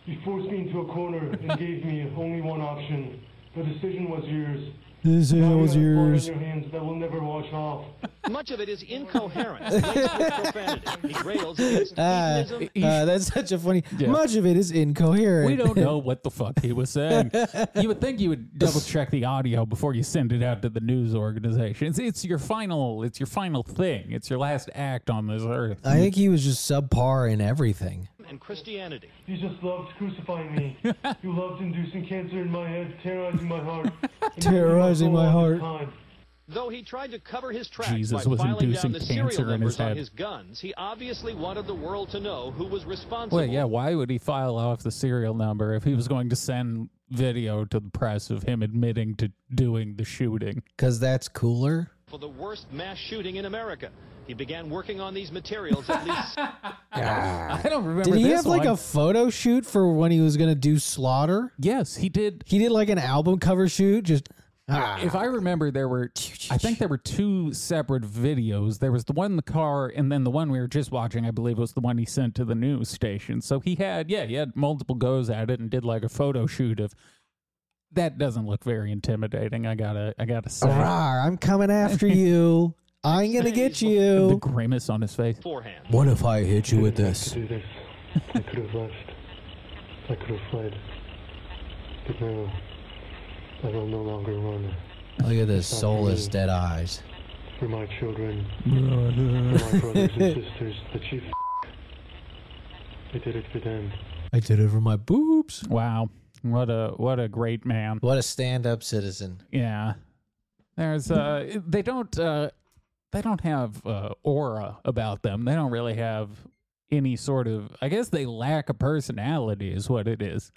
Speaker 4: You forced me into a corner and gave me only one option. The decision was yours.
Speaker 1: This
Speaker 4: You've got a blood on your hands that will never wash off.
Speaker 3: Much of it is incoherent, laced with profanity. He rails against
Speaker 2: Ah.
Speaker 3: hedonism,
Speaker 1: Uh, that's such a funny.
Speaker 2: Yeah.
Speaker 1: Much of it is incoherent.
Speaker 2: We don't know what the fuck he was saying. you would think you would double check the audio before you send it out to the news organizations. It's your final. It's your final thing. It's your last act on this earth.
Speaker 1: I think he was just subpar in everything.
Speaker 3: and Christianity.
Speaker 4: You just loved crucifying me. you loved inducing cancer in my head, terrorizing my heart. and
Speaker 1: Terrorizing my
Speaker 4: all this
Speaker 1: heart.
Speaker 4: time.
Speaker 3: Though he tried to cover his tracks
Speaker 2: Jesus
Speaker 3: by
Speaker 2: was
Speaker 3: filing
Speaker 2: inducing
Speaker 3: down the serial
Speaker 2: cancer in his
Speaker 3: numbers on
Speaker 2: head.
Speaker 3: his guns, he obviously wanted the world to know who was responsible.
Speaker 2: Well, yeah. Why would he file off the serial number if he was going to send video to the press of him admitting to doing the shooting?
Speaker 1: Because that's cooler.
Speaker 3: for the worst mass shooting in America. He began working on these materials at least
Speaker 2: I don't remember.
Speaker 1: Ah. Did he
Speaker 2: this
Speaker 1: have like
Speaker 2: one.
Speaker 1: a photo shoot for when he was going to do Slaughter?
Speaker 2: yes, he did.
Speaker 1: He did like an album cover shoot. Just ah,
Speaker 2: If I remember, there were, I think there were two separate videos. There was the one in the car, and then the one we were just watching, I believe, was the one he sent to the news station. So he had, yeah, he had multiple goes at it and did like a photo shoot of. That doesn't look very intimidating. I gotta, I gotta say,
Speaker 1: "Rawr, I'm coming after you. I'm going to get
Speaker 2: the
Speaker 1: you.
Speaker 2: grimace on his face.
Speaker 3: beforehand.
Speaker 1: What if I hit you with this?
Speaker 4: do this. I could have left. I could have fled. But now, I will no longer run
Speaker 1: Look at this soulless dead eyes.
Speaker 4: for my children, for my brothers and sisters, the chief. I did it for them.
Speaker 1: I did it for my boobs.
Speaker 2: Wow, what a, what a great man.
Speaker 1: What a stand up citizen.
Speaker 2: Yeah. There's uh they don't uh they don't have uh aura about them. They don't really have any sort of I guess they lack a personality is what it is.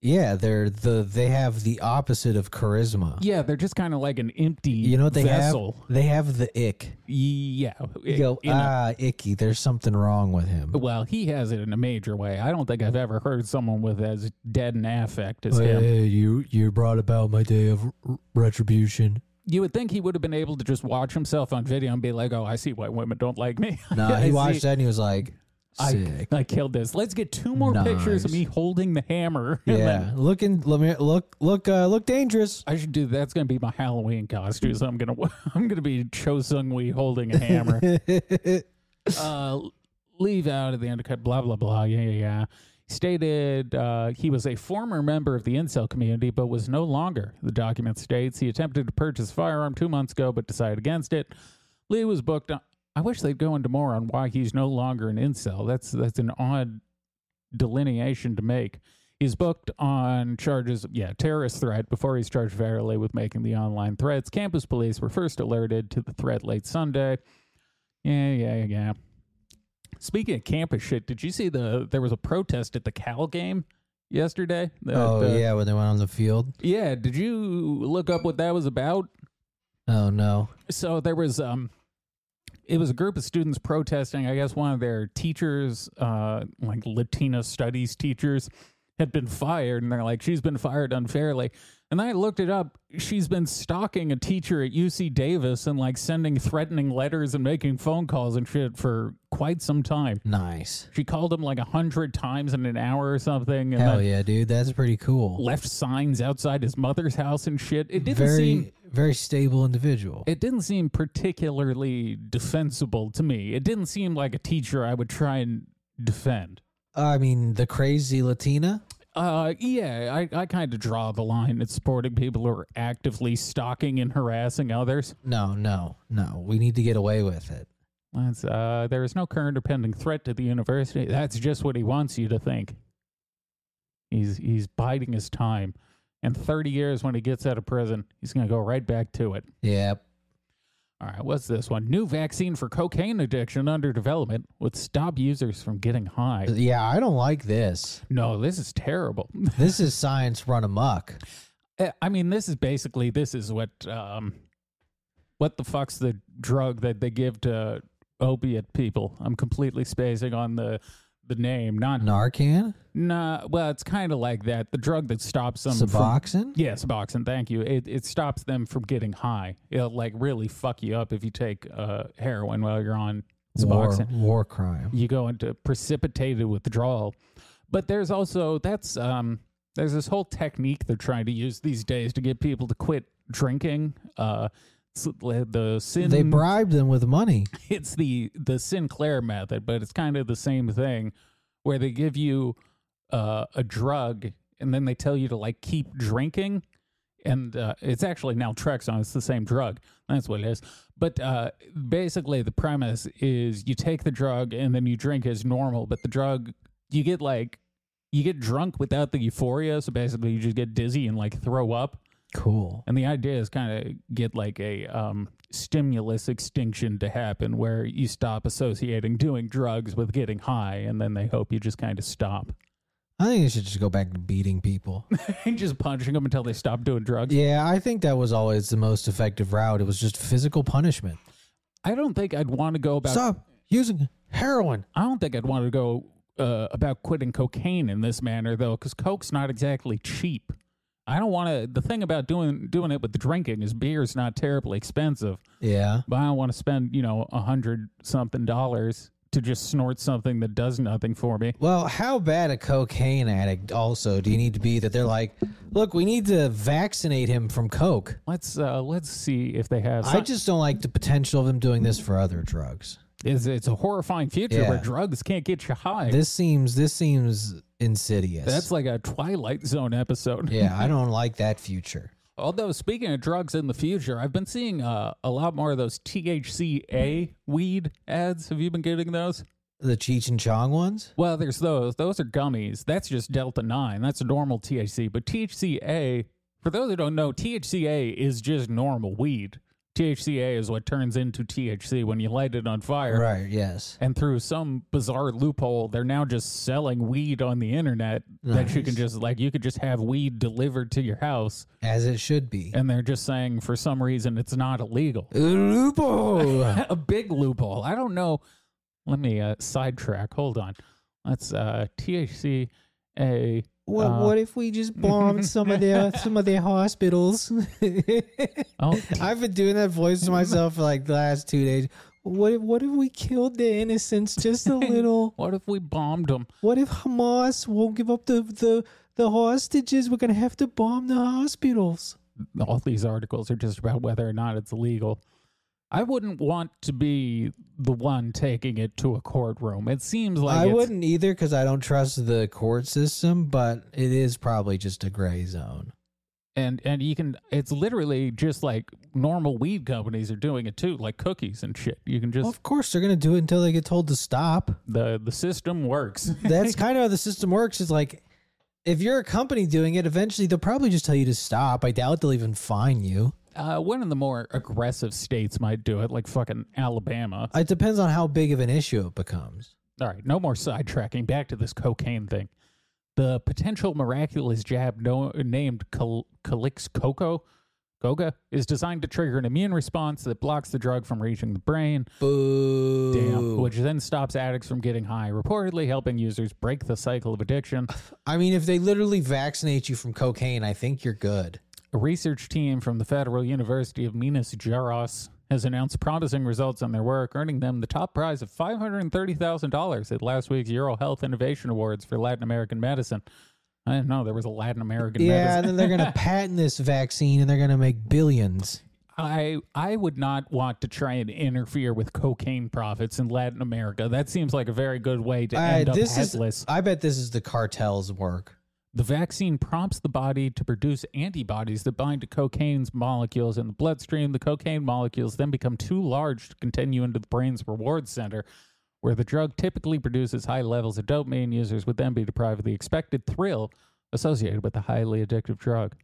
Speaker 1: Yeah, they're the they have the opposite of charisma.
Speaker 2: Yeah, they're just kind of like an empty
Speaker 1: You know what they
Speaker 2: vessel.
Speaker 1: have? They have the ick.
Speaker 2: Yeah.
Speaker 1: You Oh, go,
Speaker 2: in a-
Speaker 1: ah, icky. There's something wrong with him.
Speaker 2: well, he has it in a major way. I don't think I've ever heard someone with as dead an affect as
Speaker 1: Hey,
Speaker 2: him.
Speaker 1: hey, you you brought about my day of r- retribution.
Speaker 2: You would think he would have been able to just watch himself on video and be like, "Oh, I see why women don't like me."
Speaker 1: No,
Speaker 2: I
Speaker 1: he
Speaker 2: see-
Speaker 1: watched that and he was like,
Speaker 2: I,
Speaker 1: sick.
Speaker 2: I killed this. Let's get two more pictures of
Speaker 1: Nice.
Speaker 2: me holding the hammer. and then-
Speaker 1: yeah, looking, let me- look, look, uh, look dangerous.
Speaker 2: I should do that's going to be my Halloween costume. So I'm going to I'm going to be Cho Sung Lee holding a
Speaker 1: Oh,
Speaker 2: hammer. uh, leave out of the undercut. Blah blah blah. Yeah yeah yeah. Stated uh, he was a former member of the incel community, but was no longer. The document states he attempted to purchase a firearm two months ago, but decided against it. Lee was booked. On, I wish they'd go into more on why he's no longer an incel. That's that's an odd delineation to make. He's booked on charges, of, yeah, terrorist threat before he's charged federally with making the online threats. Campus police were first alerted to the threat late Sunday. Yeah, yeah, yeah, yeah. Speaking of campus shit, did you see the there was a protest at the Cal game yesterday? That,
Speaker 1: oh
Speaker 2: uh,
Speaker 1: yeah, when they went on the field.
Speaker 2: yeah. Did you look up what that was about?
Speaker 1: Oh no,
Speaker 2: so there was um it was a group of students protesting i guess one of their teachers uh like latino studies teachers had been fired and they're like she's been fired unfairly and i looked it up she's been stalking a teacher at uc davis and like sending threatening letters and making phone calls and shit for quite some time
Speaker 1: nice.
Speaker 2: she called him like a hundred times in an hour or something and
Speaker 1: Hell
Speaker 2: then
Speaker 1: yeah, dude, that's pretty cool.
Speaker 2: left signs outside his mother's house and shit it didn't
Speaker 1: Very,
Speaker 2: seem
Speaker 1: very stable individual.
Speaker 2: it didn't seem particularly defensible to me. It didn't seem like a teacher I would try and defend.
Speaker 1: I mean, the crazy Latina.
Speaker 2: Uh, yeah, I, I kind of draw the line at supporting people who are actively stalking and harassing others.
Speaker 1: No, no, no. We need to get away with it.
Speaker 2: That's, uh, there is no current or pending threat to the university. That's just what he wants you to think. He's he's biding his time, and thirty years when he gets out of prison, he's gonna go right back to it.
Speaker 1: Yep.
Speaker 2: All right, what's this one? New vaccine for cocaine addiction under development would stop users from getting high.
Speaker 1: Yeah, I don't like this.
Speaker 2: No, this is terrible.
Speaker 1: This is science run amok.
Speaker 2: Eh, I mean, this is basically this is what um, what the fuck's the drug that they give to opiate people? I'm completely spacing on the the name. Not
Speaker 1: Narcan,
Speaker 2: nah. Well, it's kind of like that. The drug that stops them. From,
Speaker 1: Suboxone.
Speaker 2: yeah, Suboxone. Thank you. It it stops them from getting high. It'll like really fuck you up if you take uh, heroin while you're on
Speaker 1: war,
Speaker 2: Suboxone.
Speaker 1: war crime.
Speaker 2: you go into precipitated withdrawal. But there's also that's um There's this whole technique they're trying to use these days to get people to quit drinking. Uh, s- the sin
Speaker 1: They bribed them with money.
Speaker 2: it's the the Sinclair method, but it's kind of the same thing where they give you uh, a drug and then they tell you to like keep drinking. And uh, it's actually now Trexon. It's the same drug. That's what it is. But uh, basically, the premise is you take the drug and then you drink as normal. But the drug, you get like, you get drunk without the euphoria. So basically, you just get dizzy and like throw up.
Speaker 1: Cool.
Speaker 2: And the idea is kind of get like a um, stimulus extinction to happen where you stop associating doing drugs with getting high, and then they hope you just kind of stop.
Speaker 1: I think they should just go back to beating people.
Speaker 2: and just punching them until they stop doing drugs.
Speaker 1: yeah, I think that was always the most effective route. It was just physical punishment.
Speaker 2: I don't think I'd want to go about.
Speaker 1: Stop using heroin.
Speaker 2: I don't think I'd want to go uh, about quitting cocaine in this manner though, because coke's not exactly cheap. I don't want to. The thing about doing doing it with the drinking is beer's not terribly expensive.
Speaker 1: Yeah.
Speaker 2: but I don't want to spend, you know, a hundred something dollars to just snort something that does nothing for me.
Speaker 1: Well, how bad a cocaine addict also do you need to be that they're like, look, we need to vaccinate him from coke.
Speaker 2: Let's uh let's see if they have.
Speaker 1: I just don't like the potential of them doing this for other drugs.
Speaker 2: it's, it's a horrifying future where
Speaker 1: Yeah.
Speaker 2: drugs can't get you high.
Speaker 1: This seems this seems insidious.
Speaker 2: That's like a Twilight Zone episode.
Speaker 1: yeah, I don't like that future.
Speaker 2: Although speaking of drugs in the future, I've been seeing uh, a lot more of those THCA weed ads. Have you been getting those?
Speaker 1: The Cheech and Chong ones?
Speaker 2: Well, there's those. Those are gummies. That's just Delta 9. That's normal THC. But THCA, for those who don't know, THCA is just normal weed. THCA is what turns into THC when you light it on fire.
Speaker 1: Right, yes.
Speaker 2: And through some bizarre loophole, they're now just selling weed on the internet that you can
Speaker 1: Nice.
Speaker 2: just, like, you could just have weed delivered to your house.
Speaker 1: As it should be.
Speaker 2: And they're just saying for some reason it's not illegal.
Speaker 1: Lupo.
Speaker 2: a big loophole. I don't know. Let me uh, sidetrack. Hold on. Let's uh, THC a
Speaker 1: What,
Speaker 2: Uh,
Speaker 1: what if we just bombed some of their some of their hospitals?
Speaker 2: oh
Speaker 1: I've been doing that voice to myself for like the last two days. What if, what if we killed the innocents just a little?
Speaker 2: what if we bombed them?
Speaker 1: What if Hamas won't give up the the, the hostages? We're gonna have to bomb the hospitals.
Speaker 2: All these articles are just about whether or not it's illegal. I wouldn't want to be the one taking it to a courtroom. It seems like
Speaker 1: I
Speaker 2: it's-
Speaker 1: wouldn't either because I don't trust the court system, but it is probably just a gray zone.
Speaker 2: and and you can. It's literally just like normal weed companies are doing it too, like cookies and shit. You can just
Speaker 1: Well, of course, they're gonna do it until they get told to stop.
Speaker 2: the the system works.
Speaker 1: That's kind of how the system works. Is like if you're a company doing it, eventually they'll probably just tell you to stop. I doubt they'll even fine you.
Speaker 2: Uh, one of the more aggressive states might do it, like fucking Alabama.
Speaker 1: It depends on how big of an issue it becomes.
Speaker 2: All right, no more sidetracking. Back to this cocaine thing. The potential miraculous jab no, named Cal- Calix Coco, Goga, is designed to trigger an immune response that blocks the drug from reaching the brain,
Speaker 1: Boo.
Speaker 2: damn, which then stops addicts from getting high, reportedly helping users break the cycle of addiction.
Speaker 1: I mean, if they literally vaccinate you from cocaine, I think you're good.
Speaker 2: A research team from the Federal University of Minas Gerais has announced promising results on their work, earning them the top prize of $530,000 at last week's Euro Health Innovation Awards for Latin American medicine. I didn't know there was a Latin American
Speaker 1: Yeah, and then
Speaker 2: medicine.
Speaker 1: they're gonna patent this vaccine and they're gonna make billions.
Speaker 2: I I would not want to try and interfere with cocaine profits in Latin America. That seems like a very good way to end
Speaker 1: Uh,
Speaker 2: up
Speaker 1: this
Speaker 2: headless.
Speaker 1: is. I bet this is the cartel's work.
Speaker 2: The vaccine prompts the body to produce antibodies that bind to cocaine's molecules in the bloodstream. The cocaine molecules then become too large to continue into the brain's reward center, where the drug typically produces high levels of dopamine. Users would then be deprived of the expected thrill associated with the highly addictive drug.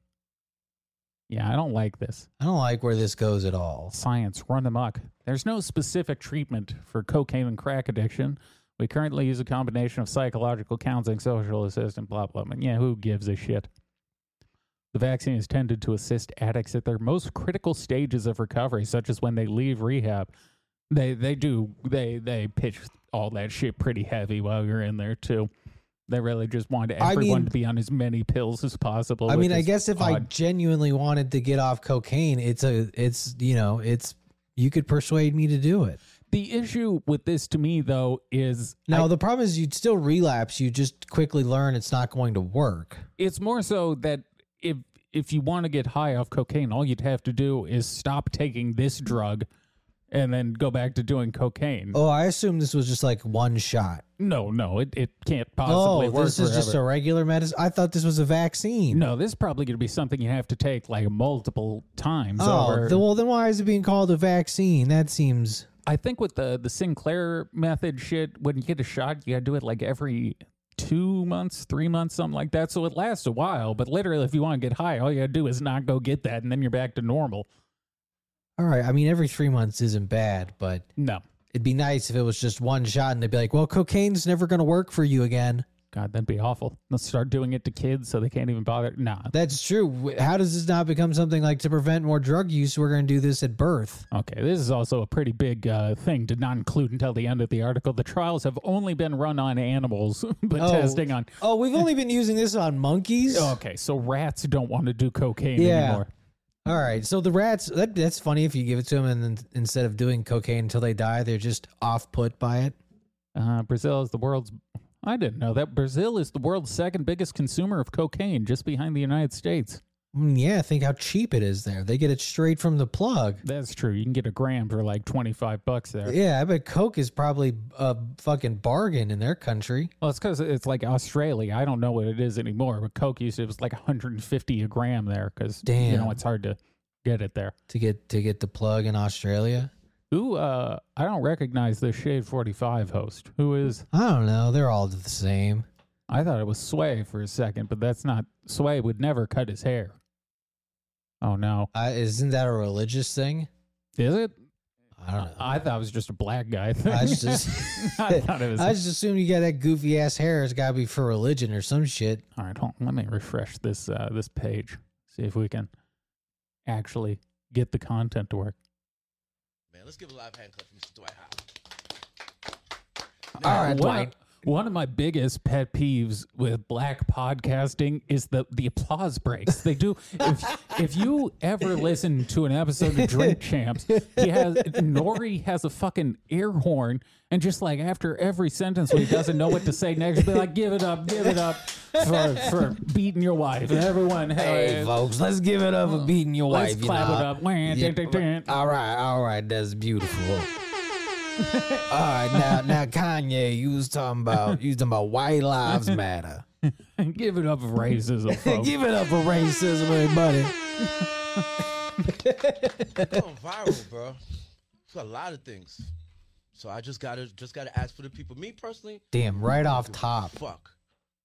Speaker 2: Yeah, I don't like this.
Speaker 1: I don't like where this goes at all.
Speaker 2: Science run amok. There's no specific treatment for cocaine and crack addiction. We currently use a combination of psychological counseling, social assistance, blah, blah, blah. Yeah, who gives a shit? The vaccine is tended to assist addicts at their most critical stages of recovery, such as when they leave rehab. They they do they they pitch all that shit pretty heavy while you're in there too. They really just want
Speaker 1: I
Speaker 2: everyone
Speaker 1: mean-
Speaker 2: to be on as many pills as possible.
Speaker 1: I mean,
Speaker 2: which
Speaker 1: I
Speaker 2: is
Speaker 1: guess if I
Speaker 2: odd.
Speaker 1: genuinely wanted to get off cocaine, it's a, it's you know, it's you could persuade me to do it.
Speaker 2: The issue with this to me, though, is
Speaker 1: Now the problem is you'd still relapse. You just quickly learn it's not going to work.
Speaker 2: it's more so that if if you want to get high off cocaine, all you'd have to do is stop taking this drug and then go back to doing cocaine.
Speaker 1: Oh, I assume this was just like one shot.
Speaker 2: No, no, it, it can't
Speaker 1: Oh,
Speaker 2: possibly work
Speaker 1: this is just a
Speaker 2: forever.
Speaker 1: regular medicine. I thought this was a vaccine.
Speaker 2: no, this is probably going to be something you have to take like multiple times
Speaker 1: Oh,
Speaker 2: over.
Speaker 1: then, well, then why is it being called a vaccine? That seems.
Speaker 2: I think with the the Sinclair method shit, when you get a shot, you gotta do it like every two months, three months, something like that. So it lasts a while. But literally, if you want to get high, all you gotta do is not go get that, and then you're back to normal.
Speaker 1: All right. I mean, every three months isn't bad, but
Speaker 2: No,
Speaker 1: it'd be nice if it was just one shot and they'd be like, well, cocaine's never going to work for you again.
Speaker 2: God, that'd be awful. Let's start doing it to kids so they can't even bother. Nah.
Speaker 1: That's true. W- How does this not become something like to prevent more drug use? We're going to do this at birth.
Speaker 2: Okay, this is also a pretty big uh, thing to not include until the end of the article. The trials have only been run on animals, but testing on.
Speaker 1: Oh, we've only been using this on monkeys.
Speaker 2: Okay, so rats don't want to do cocaine
Speaker 1: Yeah.
Speaker 2: Oh, anymore.
Speaker 1: All right. So the rats, that, that's funny if you give it to them and then instead of doing cocaine until they die, they're just off put by it.
Speaker 2: Uh, Brazil is the world's. I didn't know that. Brazil is the world's second biggest consumer of cocaine, just behind the United States.
Speaker 1: Mm, yeah. Think how cheap it is there. They get it straight from the plug.
Speaker 2: That's true. You can get a gram for like 25 bucks there.
Speaker 1: Yeah, I bet Coke is probably a fucking bargain in their country.
Speaker 2: Well, it's because it's like Australia. I don't know what it is anymore, but Coke used to, it was like 150 a gram there because, you
Speaker 1: Damn.
Speaker 2: know, it's hard to get it there.
Speaker 1: to get to get the plug in Australia?
Speaker 2: Who, uh, I don't recognize the Shade 45 host. Who is,
Speaker 1: I don't know. They're all the same.
Speaker 2: I thought it was Sway for a second, but that's not, Sway would never cut his hair. Oh, no.
Speaker 1: I, isn't that a religious thing?
Speaker 2: Is it?
Speaker 1: I don't know. I,
Speaker 2: I thought it was just a black guy thing.
Speaker 1: was just
Speaker 2: I thought it was.
Speaker 1: I just assume you got that goofy ass hair. It's got to be for religion or some shit.
Speaker 2: All right, hold on. Let me refresh this uh, this page. See if we can actually get the content to work.
Speaker 5: Man, let's give a live hand clap for Mr. Dwight Howard.
Speaker 1: All right,
Speaker 2: one,
Speaker 1: Dwight.
Speaker 2: One of my biggest pet peeves with black podcasting is the the applause breaks. They do. If, if you ever listen to an episode of Drink Champs, he has Nori has a fucking air horn, and just like after every sentence, when he doesn't know what to say next, be like, "Give it up, give it up for for beating your wife." And everyone,
Speaker 1: Hey,
Speaker 2: hey, uh,
Speaker 1: folks, let's give it up for beating your
Speaker 2: Let's
Speaker 1: wife.
Speaker 2: clap
Speaker 1: you know?
Speaker 2: it up. Wah,
Speaker 1: Yeah,
Speaker 2: dun, dun, dun.
Speaker 1: All right, all right, that's beautiful. all right, now, now, Kanye, you was talking about you was talking about white lives matter.
Speaker 2: Give it up for racism,
Speaker 1: Hey,
Speaker 2: folks.
Speaker 1: give it up for racism, everybody.
Speaker 5: going viral, bro. For a lot of things. So I just gotta just gotta ask for the people. Me personally,
Speaker 1: Damn, right off top,
Speaker 5: fuck.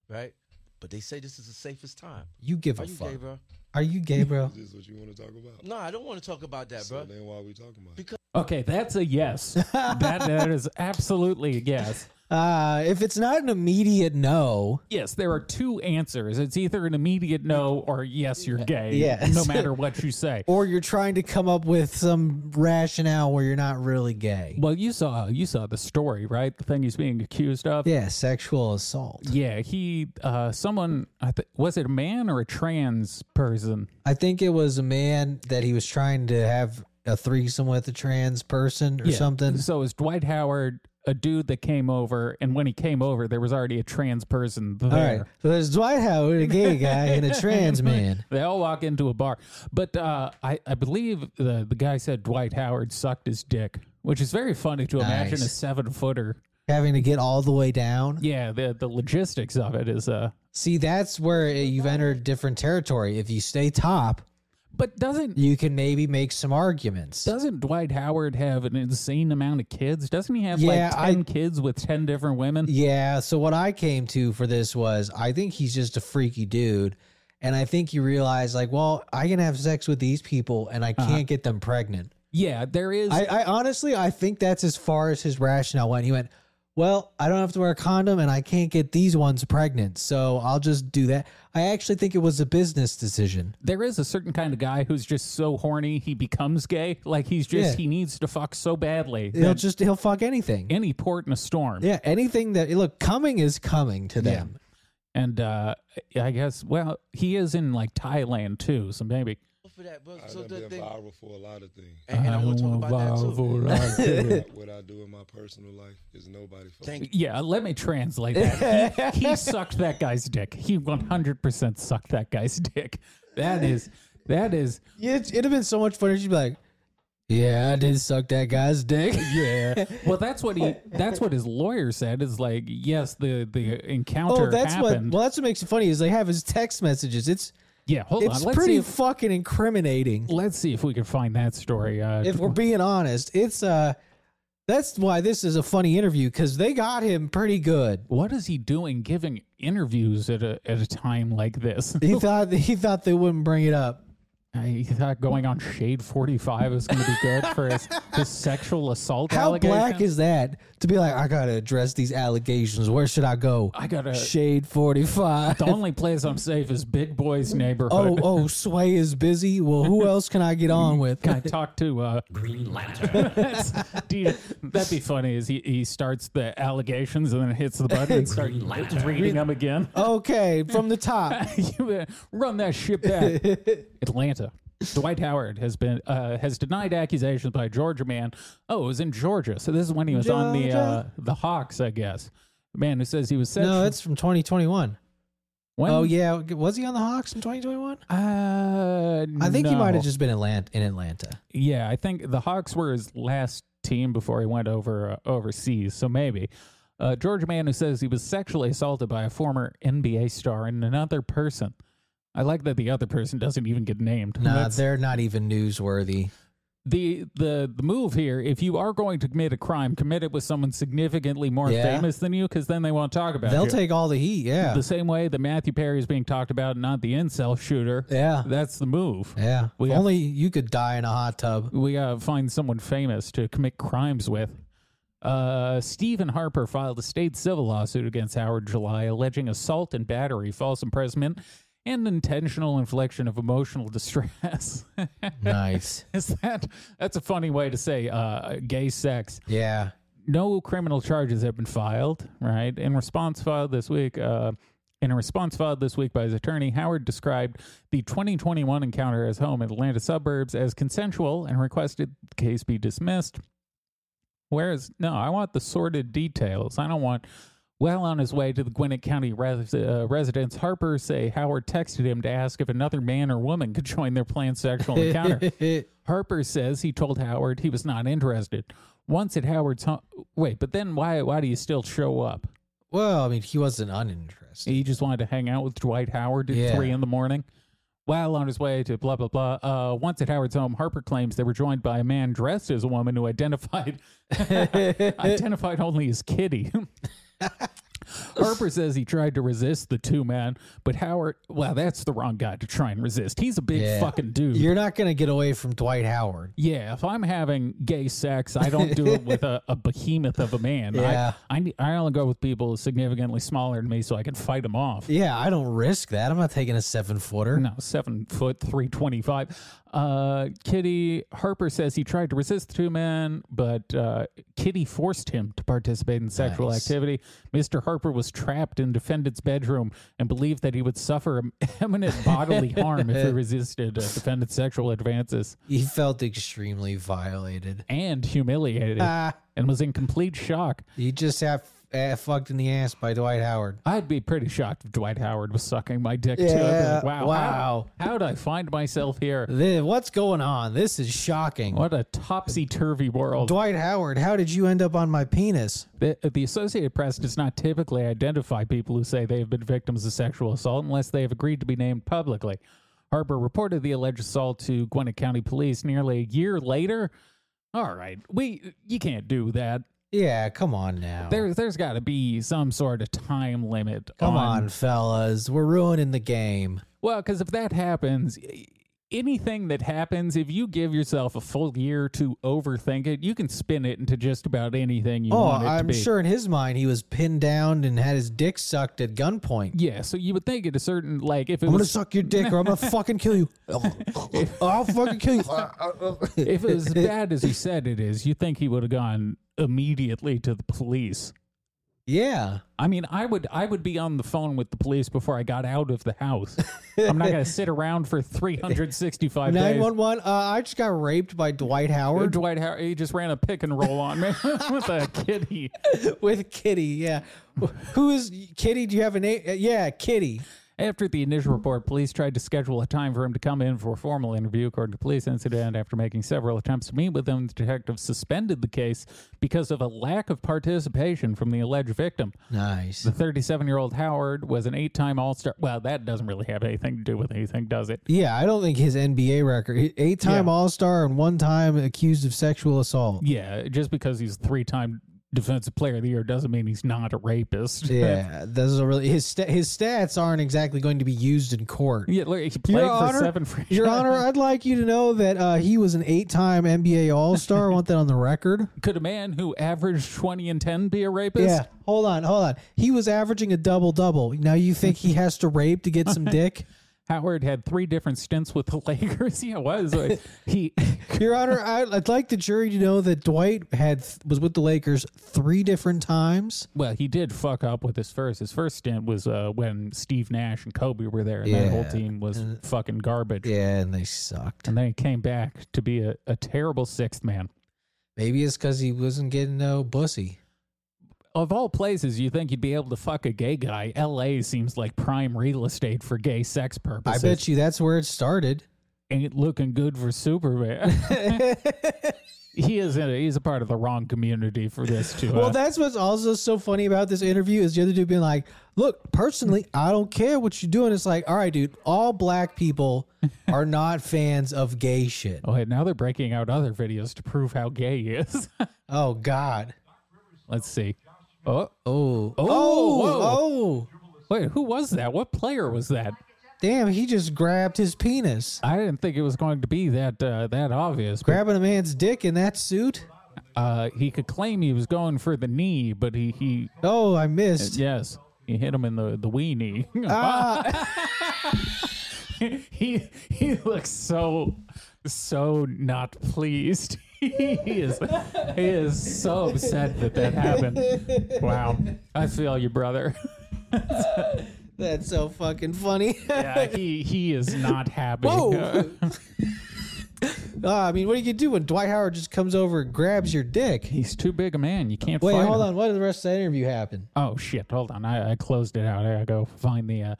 Speaker 5: Right? But they say this is the safest time.
Speaker 1: you give
Speaker 5: Are
Speaker 1: a
Speaker 5: you
Speaker 1: fuck.
Speaker 5: gay, bro?
Speaker 1: Are you gay, bro?
Speaker 6: Is this what you want to talk about?
Speaker 5: No, I don't want to talk about that,
Speaker 6: So
Speaker 5: bro.
Speaker 6: then why are we talking about? it?
Speaker 2: Okay, that's a yes. that that is absolutely a yes.
Speaker 1: Uh, if it's not an immediate no,
Speaker 2: Yes, there are two answers. It's either an immediate no or yes, you're gay.
Speaker 1: Yes.
Speaker 2: No matter what you say.
Speaker 1: or you're trying to come up with some rationale where you're not really gay.
Speaker 2: Well, you saw you saw the story, right? The thing he's being accused of.
Speaker 1: Yeah, sexual assault.
Speaker 2: Yeah, he uh someone I th- was it a man or a trans person?
Speaker 1: I think it was a man that he was trying to have a threesome with a trans person or
Speaker 2: Yeah.
Speaker 1: something.
Speaker 2: So it was Dwight Howard a dude that came over and when he came over there was already a trans person there.
Speaker 1: All right. So there's Dwight Howard, a gay guy, and a trans man.
Speaker 2: They all walk into a bar. But uh, I, I believe the, the guy said Dwight Howard sucked his dick, which is very funny to imagine a
Speaker 1: Nice.
Speaker 2: seven footer.
Speaker 1: Having to get all the way down.
Speaker 2: Yeah, the, the logistics of it is. Uh,
Speaker 1: See, that's where you've entered different territory. If you stay top,
Speaker 2: but doesn't
Speaker 1: you can maybe make some arguments.
Speaker 2: doesn't Dwight Howard have an insane amount of kids? Doesn't he have
Speaker 1: Yeah, I-
Speaker 2: like 10 kids with 10 different women?
Speaker 1: Yeah. So what I came to for this was I think he's just a freaky dude. And I think you realize, like, well, I can have sex with these people and I
Speaker 2: Uh-huh.
Speaker 1: can't get them pregnant.
Speaker 2: Yeah, there is.
Speaker 1: I, I honestly, I think that's as far as his rationale went. He went, well, I don't have to wear a condom and I can't get these ones pregnant. So I'll just do that. I actually think it was a business decision.
Speaker 2: there is a certain kind of guy who's just so horny he becomes gay. Like he's just
Speaker 1: Yeah.
Speaker 2: he needs to fuck so badly
Speaker 1: He'll
Speaker 2: that
Speaker 1: just, he'll fuck anything.
Speaker 2: any port in a storm.
Speaker 1: Yeah. Anything that, look, coming is coming to them.
Speaker 2: And uh I guess well, he is in like Thailand too, so maybe
Speaker 5: for that, bro.
Speaker 6: I've
Speaker 5: so the
Speaker 6: been
Speaker 5: thing,
Speaker 6: viral for a lot of things.
Speaker 5: and, and I, want to talk about that too.
Speaker 6: What- what I do in my personal life is nobody fucking.
Speaker 5: Thank
Speaker 2: Yeah, let me translate that. He, he sucked that guy's dick. He 100% sucked that guy's dick. That is, that is,
Speaker 1: Yeah, it, it'd have been so much funnier. She'd be like, "Yeah, I did suck that guy's dick."
Speaker 2: yeah. Well, that's what he, that's what his lawyer said is like, yes, the, the encounter
Speaker 1: oh, that's
Speaker 2: happened.
Speaker 1: what. Well, that's what makes it funny is they have his text messages. It's
Speaker 2: yeah, hold on.
Speaker 1: it's
Speaker 2: Let's
Speaker 1: pretty
Speaker 2: see, if,
Speaker 1: fucking incriminating.
Speaker 2: let's see if we can find that story. Uh,
Speaker 1: If we're being honest, it's uh, that's why this is a funny interview because they got him pretty good.
Speaker 2: what is he doing giving interviews at a, at a time like this?
Speaker 1: He thought he thought they wouldn't bring it up.
Speaker 2: I thought going on Shade 45 was going to be good for his, his sexual assault
Speaker 1: How
Speaker 2: allegation.
Speaker 1: black is that to be like? I gotta address these allegations. Where should I go?
Speaker 2: I got to
Speaker 1: Shade forty five.
Speaker 2: The only place I'm safe is Big Boy's
Speaker 1: Oh,
Speaker 2: neighborhood.
Speaker 1: oh, Sway is busy. Well, who else can I get on with?
Speaker 2: Can I talk to uh, Green Lantern? That's- do you- that'd be funny. Is he, he starts the allegations and then hits the button and starts reading them again?
Speaker 1: Okay, from the top.
Speaker 2: You, uh, Run that shit back. Atlanta. Dwight Howard has been uh, has denied accusations by a Georgia man. Oh, it was in Georgia. So this is when he was on the uh, the Hawks, I guess. The man who says he was sexual.
Speaker 1: No, it's from 2021.
Speaker 2: when,
Speaker 1: Oh yeah, was he on the Hawks in 2021?
Speaker 2: Uh,
Speaker 1: I think he
Speaker 2: no.
Speaker 1: might have just been Atlanta, in Atlanta.
Speaker 2: Yeah, I think the Hawks were his last team before he went over uh, overseas, so maybe. Uh, George Mann, who says he was sexually assaulted by a former NBA star and another person. I like that the other person doesn't even get named.
Speaker 1: Nah,
Speaker 2: That's-
Speaker 1: they're not even newsworthy.
Speaker 2: the, the the move here, if you are going to commit a crime, commit it with someone significantly more
Speaker 1: Yeah.
Speaker 2: famous than you, because then they won't talk about
Speaker 1: They'll
Speaker 2: you.
Speaker 1: take all the heat. Yeah,
Speaker 2: the same way that Matthew Perry is being talked about, not the incel shooter.
Speaker 1: yeah,
Speaker 2: That's the move.
Speaker 1: yeah.
Speaker 2: We
Speaker 1: if
Speaker 2: have-
Speaker 1: only you could die in a hot tub.
Speaker 2: we gotta find someone famous to commit crimes with. Uh, Stephen Harper filed a state civil lawsuit against Howard July, alleging assault and battery, false imprisonment, and intentional infliction of emotional distress.
Speaker 1: Nice.
Speaker 2: Is that that's a funny way to say uh, gay sex?
Speaker 1: Yeah.
Speaker 2: no criminal charges have been filed, right? In response filed this week, uh, in a response filed this week by his attorney, Howard described the 2021 encounter at his home in Atlanta suburbs as consensual and requested the case be dismissed. Whereas, no, I want the sordid details. I don't want. Well, on his way to the Gwinnett County res- uh, residence, Harper say Howard texted him to ask if another man or woman could join their planned sexual encounter. Harper says he told Howard he was not interested. Once at Howard's home, wait, but then why why do you still show up?
Speaker 1: well, I mean, he wasn't uninterested.
Speaker 2: He just wanted to hang out with Dwight Howard at
Speaker 1: Yeah.
Speaker 2: three in the morning. While on his way to blah blah blah, uh, once at Howard's home, Harper claims they were joined by a man dressed as a woman who identified identified only as Kitty. Harper says he tried to resist the two men, but Howard, well, that's the wrong guy to try and resist. He's a big
Speaker 1: Yeah.
Speaker 2: fucking dude.
Speaker 1: You're not gonna get away from Dwight Howard.
Speaker 2: Yeah, if I'm having gay sex, I don't do it with a, a behemoth of a man.
Speaker 1: Yeah.
Speaker 2: I, I ne- I only go with people significantly smaller than me so I can fight them off.
Speaker 1: Yeah, I don't risk that. I'm not taking a seven footer.
Speaker 2: No, seven foot three twenty five. Uh, Kitty Harper says he tried to resist the two men, but uh, Kitty forced him to participate in sexual
Speaker 1: Nice.
Speaker 2: activity. Mr. Harper was trapped in defendant's bedroom and believed that he would suffer imminent bodily harm if he resisted uh, defendant's sexual advances
Speaker 1: He felt extremely violated.
Speaker 2: and humiliated.
Speaker 1: Ah,
Speaker 2: and was in complete shock.
Speaker 1: he just got uh, fucked in the ass by Dwight Howard.
Speaker 2: I'd be pretty shocked if Dwight Howard was sucking my dick too. I'd be
Speaker 1: Yeah,
Speaker 2: like, wow.
Speaker 1: wow.
Speaker 2: How, how'd I find myself here?
Speaker 1: Th- what's going on? This is shocking.
Speaker 2: What a topsy turvy world.
Speaker 1: Dwight Howard, how did you end up on my penis?
Speaker 2: The, the Associated Press does not typically identify people who say they have been victims of sexual assault unless they have agreed to be named publicly. Harper reported the alleged assault to Gwinnett County Police nearly a year later. All right, we you can't do that.
Speaker 1: Yeah, come on now.
Speaker 2: There's there's got to be some sort of time limit.
Speaker 1: come on, fellas. We're ruining the game.
Speaker 2: Well, because if that happens, i- anything that happens, if you give yourself a full year to overthink it, you can spin it into just about anything you
Speaker 1: Oh,
Speaker 2: want it to
Speaker 1: I'm
Speaker 2: be.
Speaker 1: sure in his mind he was pinned down and had his dick sucked at gunpoint.
Speaker 2: Yeah, so you would think at a certain like if it
Speaker 1: I'm gonna
Speaker 2: was
Speaker 1: suck your dick or I'm gonna fucking kill you. I'll fucking kill you.
Speaker 2: if it was as bad as he said it is, you think he would have gone immediately to the police.
Speaker 1: Yeah.
Speaker 2: I mean, I would I would be on the phone with the police before I got out of the house. I'm not going to sit around for 365
Speaker 1: Nine
Speaker 2: days.
Speaker 1: one one. Uh, I just got raped by Dwight
Speaker 2: Or
Speaker 1: Howard
Speaker 2: Dwight Howard, he just ran a pick and roll on me with a kitty.
Speaker 1: with Kitty. Yeah. Who is Kitty? Do you have a name? Uh, Yeah, Kitty.
Speaker 2: After the initial report, police tried to schedule a time for him to come in for a formal interview. According to police incident, after making several attempts to meet with him, the detective suspended the case because of a lack of participation from the alleged victim.
Speaker 1: Nice.
Speaker 2: The 37 year old Howard was an eight time All Star. Well, that doesn't really have anything to do with anything, does it?
Speaker 1: Yeah, I don't think his NBA record, eight time
Speaker 2: Yeah.
Speaker 1: All Star and one time accused of sexual assault.
Speaker 2: Yeah, just because he's three time defensive player of the year doesn't mean he's not a rapist.
Speaker 1: Yeah, those are really his sta- his stats aren't exactly going to be used in court.
Speaker 2: yeah, look, he played
Speaker 1: Your
Speaker 2: for
Speaker 1: Honor-
Speaker 2: seven franchises.
Speaker 1: Your Honor, I'd like you to know that uh, he was an eight time NBA All Star. I want that on the record.
Speaker 2: Could a man who averaged 20 and 10 be a rapist?
Speaker 1: Yeah, hold on, hold on. He was averaging a double double. Now you think he has to rape to get some dick?
Speaker 2: Howard had three different stints with the Lakers. Yeah, was he?
Speaker 1: Your Honor, I- I'd like the jury to know that Dwight had was with the Lakers three different times.
Speaker 2: Well, he did fuck up with his first. His first stint was uh, when Steve Nash and Kobe were there, and that whole
Speaker 1: Yeah. Uh,
Speaker 2: team was fucking garbage.
Speaker 1: Yeah, and they sucked.
Speaker 2: And then he came back to be a, a terrible sixth man.
Speaker 1: Maybe it's because he wasn't getting no pussy.
Speaker 2: Of all places, you think you'd be able to fuck a gay guy? L.A. seems like prime real estate for gay sex
Speaker 1: I
Speaker 2: purposes.
Speaker 1: bet you that's where it started.
Speaker 2: ain't looking good for Superman. he is. In a, he's a part of the wrong community for this too.
Speaker 1: Well, that's what's also so funny about this interview is the other dude being like, "Look, personally, I don't care what you're doing." It's like, all right, dude, all black people are not fans of gay shit.
Speaker 2: Oh, and now they're breaking out other videos to prove how gay he is.
Speaker 1: Oh God.
Speaker 2: Let's see. Oh,
Speaker 1: Oh. Oh.
Speaker 2: whoa.
Speaker 1: Oh.
Speaker 2: wait, who was that? What player was that?
Speaker 1: Damn, he just grabbed his penis.
Speaker 2: I didn't think it was going to be that uh, that obvious. but,
Speaker 1: Grabbing a man's dick in that suit?
Speaker 2: uh, he could claim he was going for the knee, but he, he
Speaker 1: Oh, I missed.
Speaker 2: yes, he hit him in the the wee knee. he he looks so so not pleased. he is he is so upset that that happened. Wow, I feel you, brother.
Speaker 1: That's so fucking funny.
Speaker 2: Yeah, he he is not happy.
Speaker 1: Whoa. Ah, I mean, what do you do when Dwight Howard just comes over and grabs your dick?
Speaker 2: He's too big a man. You can't
Speaker 1: Wait,
Speaker 2: fight
Speaker 1: hold
Speaker 2: him.
Speaker 1: on. What did the rest of that interview happen?
Speaker 2: Oh shit! Hold on. I, I closed it out. I go find the uh,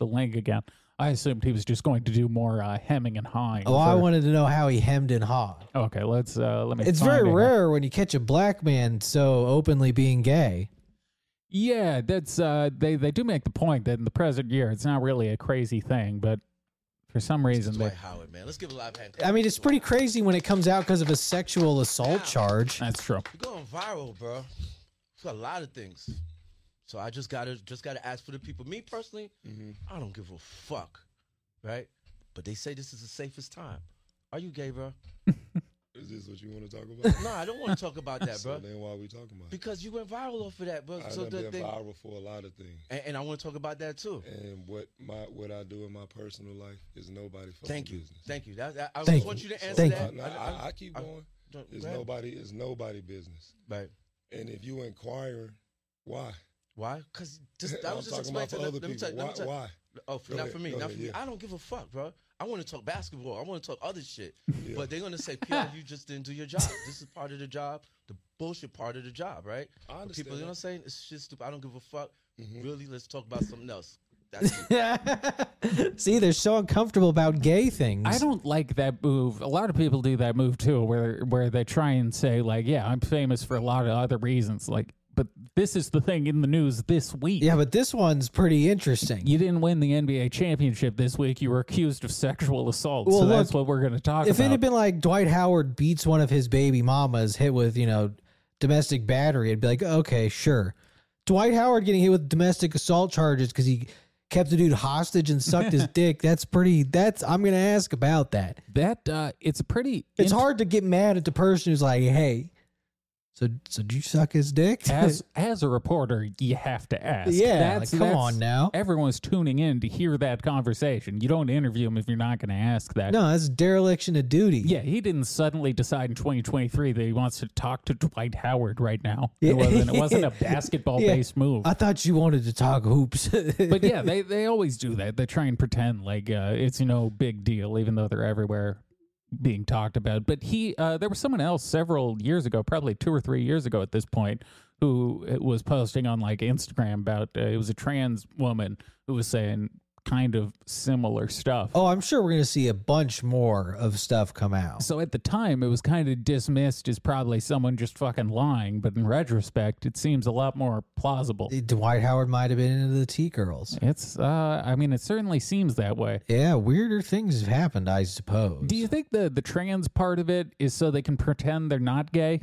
Speaker 2: the link again. I assumed he was just going to do more uh, hemming and hawing.
Speaker 1: Oh, I
Speaker 2: for-
Speaker 1: wanted to know how he hemmed and hawed.
Speaker 2: Okay, let's uh, let me.
Speaker 1: It's
Speaker 2: find
Speaker 1: very
Speaker 2: it.
Speaker 1: rare when you catch a black man so openly being gay.
Speaker 2: Yeah, that's uh, they they do make the point that in the present year it's not really a crazy thing, but for some reason they,
Speaker 5: Dwight Howard, man. Let's give a live hand.
Speaker 1: I mean, it's pretty crazy when it comes out because of a sexual assault charge.
Speaker 2: that's true.
Speaker 5: You're going viral, bro. For a lot of things. So I just gotta just gotta ask for the people. Me personally,
Speaker 6: Mm-hmm.
Speaker 5: I don't give a fuck. Right? But they say this is the safest time. Are you gay, bro?
Speaker 6: Is this what you want to talk about?
Speaker 5: No, I don't want to talk about that,
Speaker 6: so
Speaker 5: bro.
Speaker 6: then why are we talking about it?
Speaker 5: Because you went viral off of that, bro.
Speaker 6: I've
Speaker 5: So the
Speaker 6: been
Speaker 5: thing,
Speaker 6: viral for a lot of things.
Speaker 5: and, and I want to talk about that too.
Speaker 6: And what my what I do in my personal life is nobody fucking
Speaker 5: Thank you,
Speaker 6: business.
Speaker 5: thank you. That, that- I
Speaker 1: Thank
Speaker 5: just want you
Speaker 1: you.
Speaker 5: to answer
Speaker 1: Thank
Speaker 5: that.
Speaker 6: I, I, I keep
Speaker 5: I-
Speaker 6: going.
Speaker 5: Don't-
Speaker 6: It's
Speaker 5: go ahead.
Speaker 6: nobody it's nobody business.
Speaker 5: Right.
Speaker 6: And if you inquiring, why?
Speaker 5: Why? Because that
Speaker 6: I'm
Speaker 5: was just
Speaker 6: talking about
Speaker 5: explained
Speaker 6: for
Speaker 5: to let,
Speaker 6: other
Speaker 5: let me
Speaker 6: people.
Speaker 5: tell you. Let me
Speaker 6: why?
Speaker 5: tell
Speaker 6: Why?
Speaker 5: Oh, for,
Speaker 6: Go
Speaker 5: not
Speaker 6: ahead,
Speaker 5: for me.
Speaker 6: go
Speaker 5: Not
Speaker 6: ahead,
Speaker 5: for me.
Speaker 6: yeah.
Speaker 5: I don't give a fuck, bro. I want to talk basketball. I want to talk other shit. But they're gonna say, "Pierre, you just didn't do your job. this is part of the job. The bullshit part of the job, right?"
Speaker 6: I
Speaker 5: But
Speaker 6: understand
Speaker 5: People, you know what
Speaker 6: that. Mm-hmm.
Speaker 5: I'm saying? It's shit stupid. I don't give a fuck. Really, let's talk about something else. That's it.
Speaker 1: See, they're so uncomfortable about gay things.
Speaker 2: I don't like that move. A lot of people do that move too, where where they try and say like, "Yeah, I'm famous for a lot of other reasons," like, but this is the thing in the news this week.
Speaker 1: Yeah, but this one's pretty interesting.
Speaker 2: You didn't win the NBA championship this week. You were accused of sexual assault.
Speaker 1: Well,
Speaker 2: so that's
Speaker 1: look,
Speaker 2: what we're going to talk
Speaker 1: if
Speaker 2: about.
Speaker 1: it had been like Dwight Howard beats one of his baby mamas hit with, you know, domestic battery, it'd be like, okay, sure. Dwight Howard getting hit with domestic assault charges because he kept the dude hostage and sucked his dick. That's pretty, that's, I'm going to ask about that.
Speaker 2: that uh, it's a pretty.
Speaker 1: It's
Speaker 2: int-
Speaker 1: hard to get mad at the person who's like, hey, So, so did you suck his dick?
Speaker 2: As as a reporter, you have to ask.
Speaker 1: Yeah, like, come on now.
Speaker 2: Everyone's tuning in to hear that conversation. You don't interview him if you're not going to ask that.
Speaker 1: no, that's dereliction of duty.
Speaker 2: Yeah, he didn't suddenly decide in 2023 that he wants to talk to Dwight Howard right now.
Speaker 1: Yeah.
Speaker 2: It wasn't, it wasn't a basketball-based move.
Speaker 1: I thought you wanted to talk hoops.
Speaker 2: but yeah, they, they always do that. They try and pretend like uh, it's no big deal, even though they're everywhere being talked about. But he, uh, there was someone else several years ago, probably two or three years ago at this point, who uh, was posting on like Instagram about uh, it was a trans woman who was saying kind of similar stuff.
Speaker 1: oh, I'm sure we're gonna see a bunch more of stuff come out.
Speaker 2: So at the time, it was kind of dismissed as probably someone just fucking lying. But in retrospect, it seems a lot more plausible.
Speaker 1: Dwight Howard might have been into the T girls.
Speaker 2: It's, uh, I mean, it certainly seems that way.
Speaker 1: Yeah, weirder things have happened, I suppose.
Speaker 2: Do you think the the trans part of it is so they can pretend they're not gay?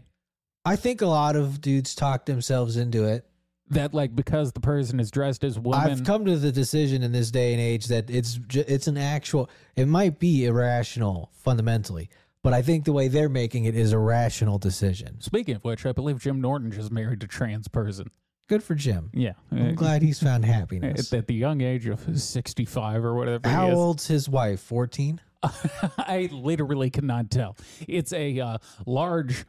Speaker 1: I think a lot of dudes talk themselves into it.
Speaker 2: That like because the person is dressed as
Speaker 1: I've
Speaker 2: woman.
Speaker 1: come to the decision in this day and age that it's ju- it's an actual. It might be irrational fundamentally, but I think the way they're making it is a rational decision.
Speaker 2: Speaking of which, I believe Jim Norton just married a trans person.
Speaker 1: Good for Jim.
Speaker 2: Yeah, Uh,
Speaker 1: I'm glad he's found happiness.
Speaker 2: at, at the young age of sixty five or whatever. he
Speaker 1: How
Speaker 2: is.
Speaker 1: old's his wife? Fourteen.
Speaker 2: I literally cannot tell. It's a uh, large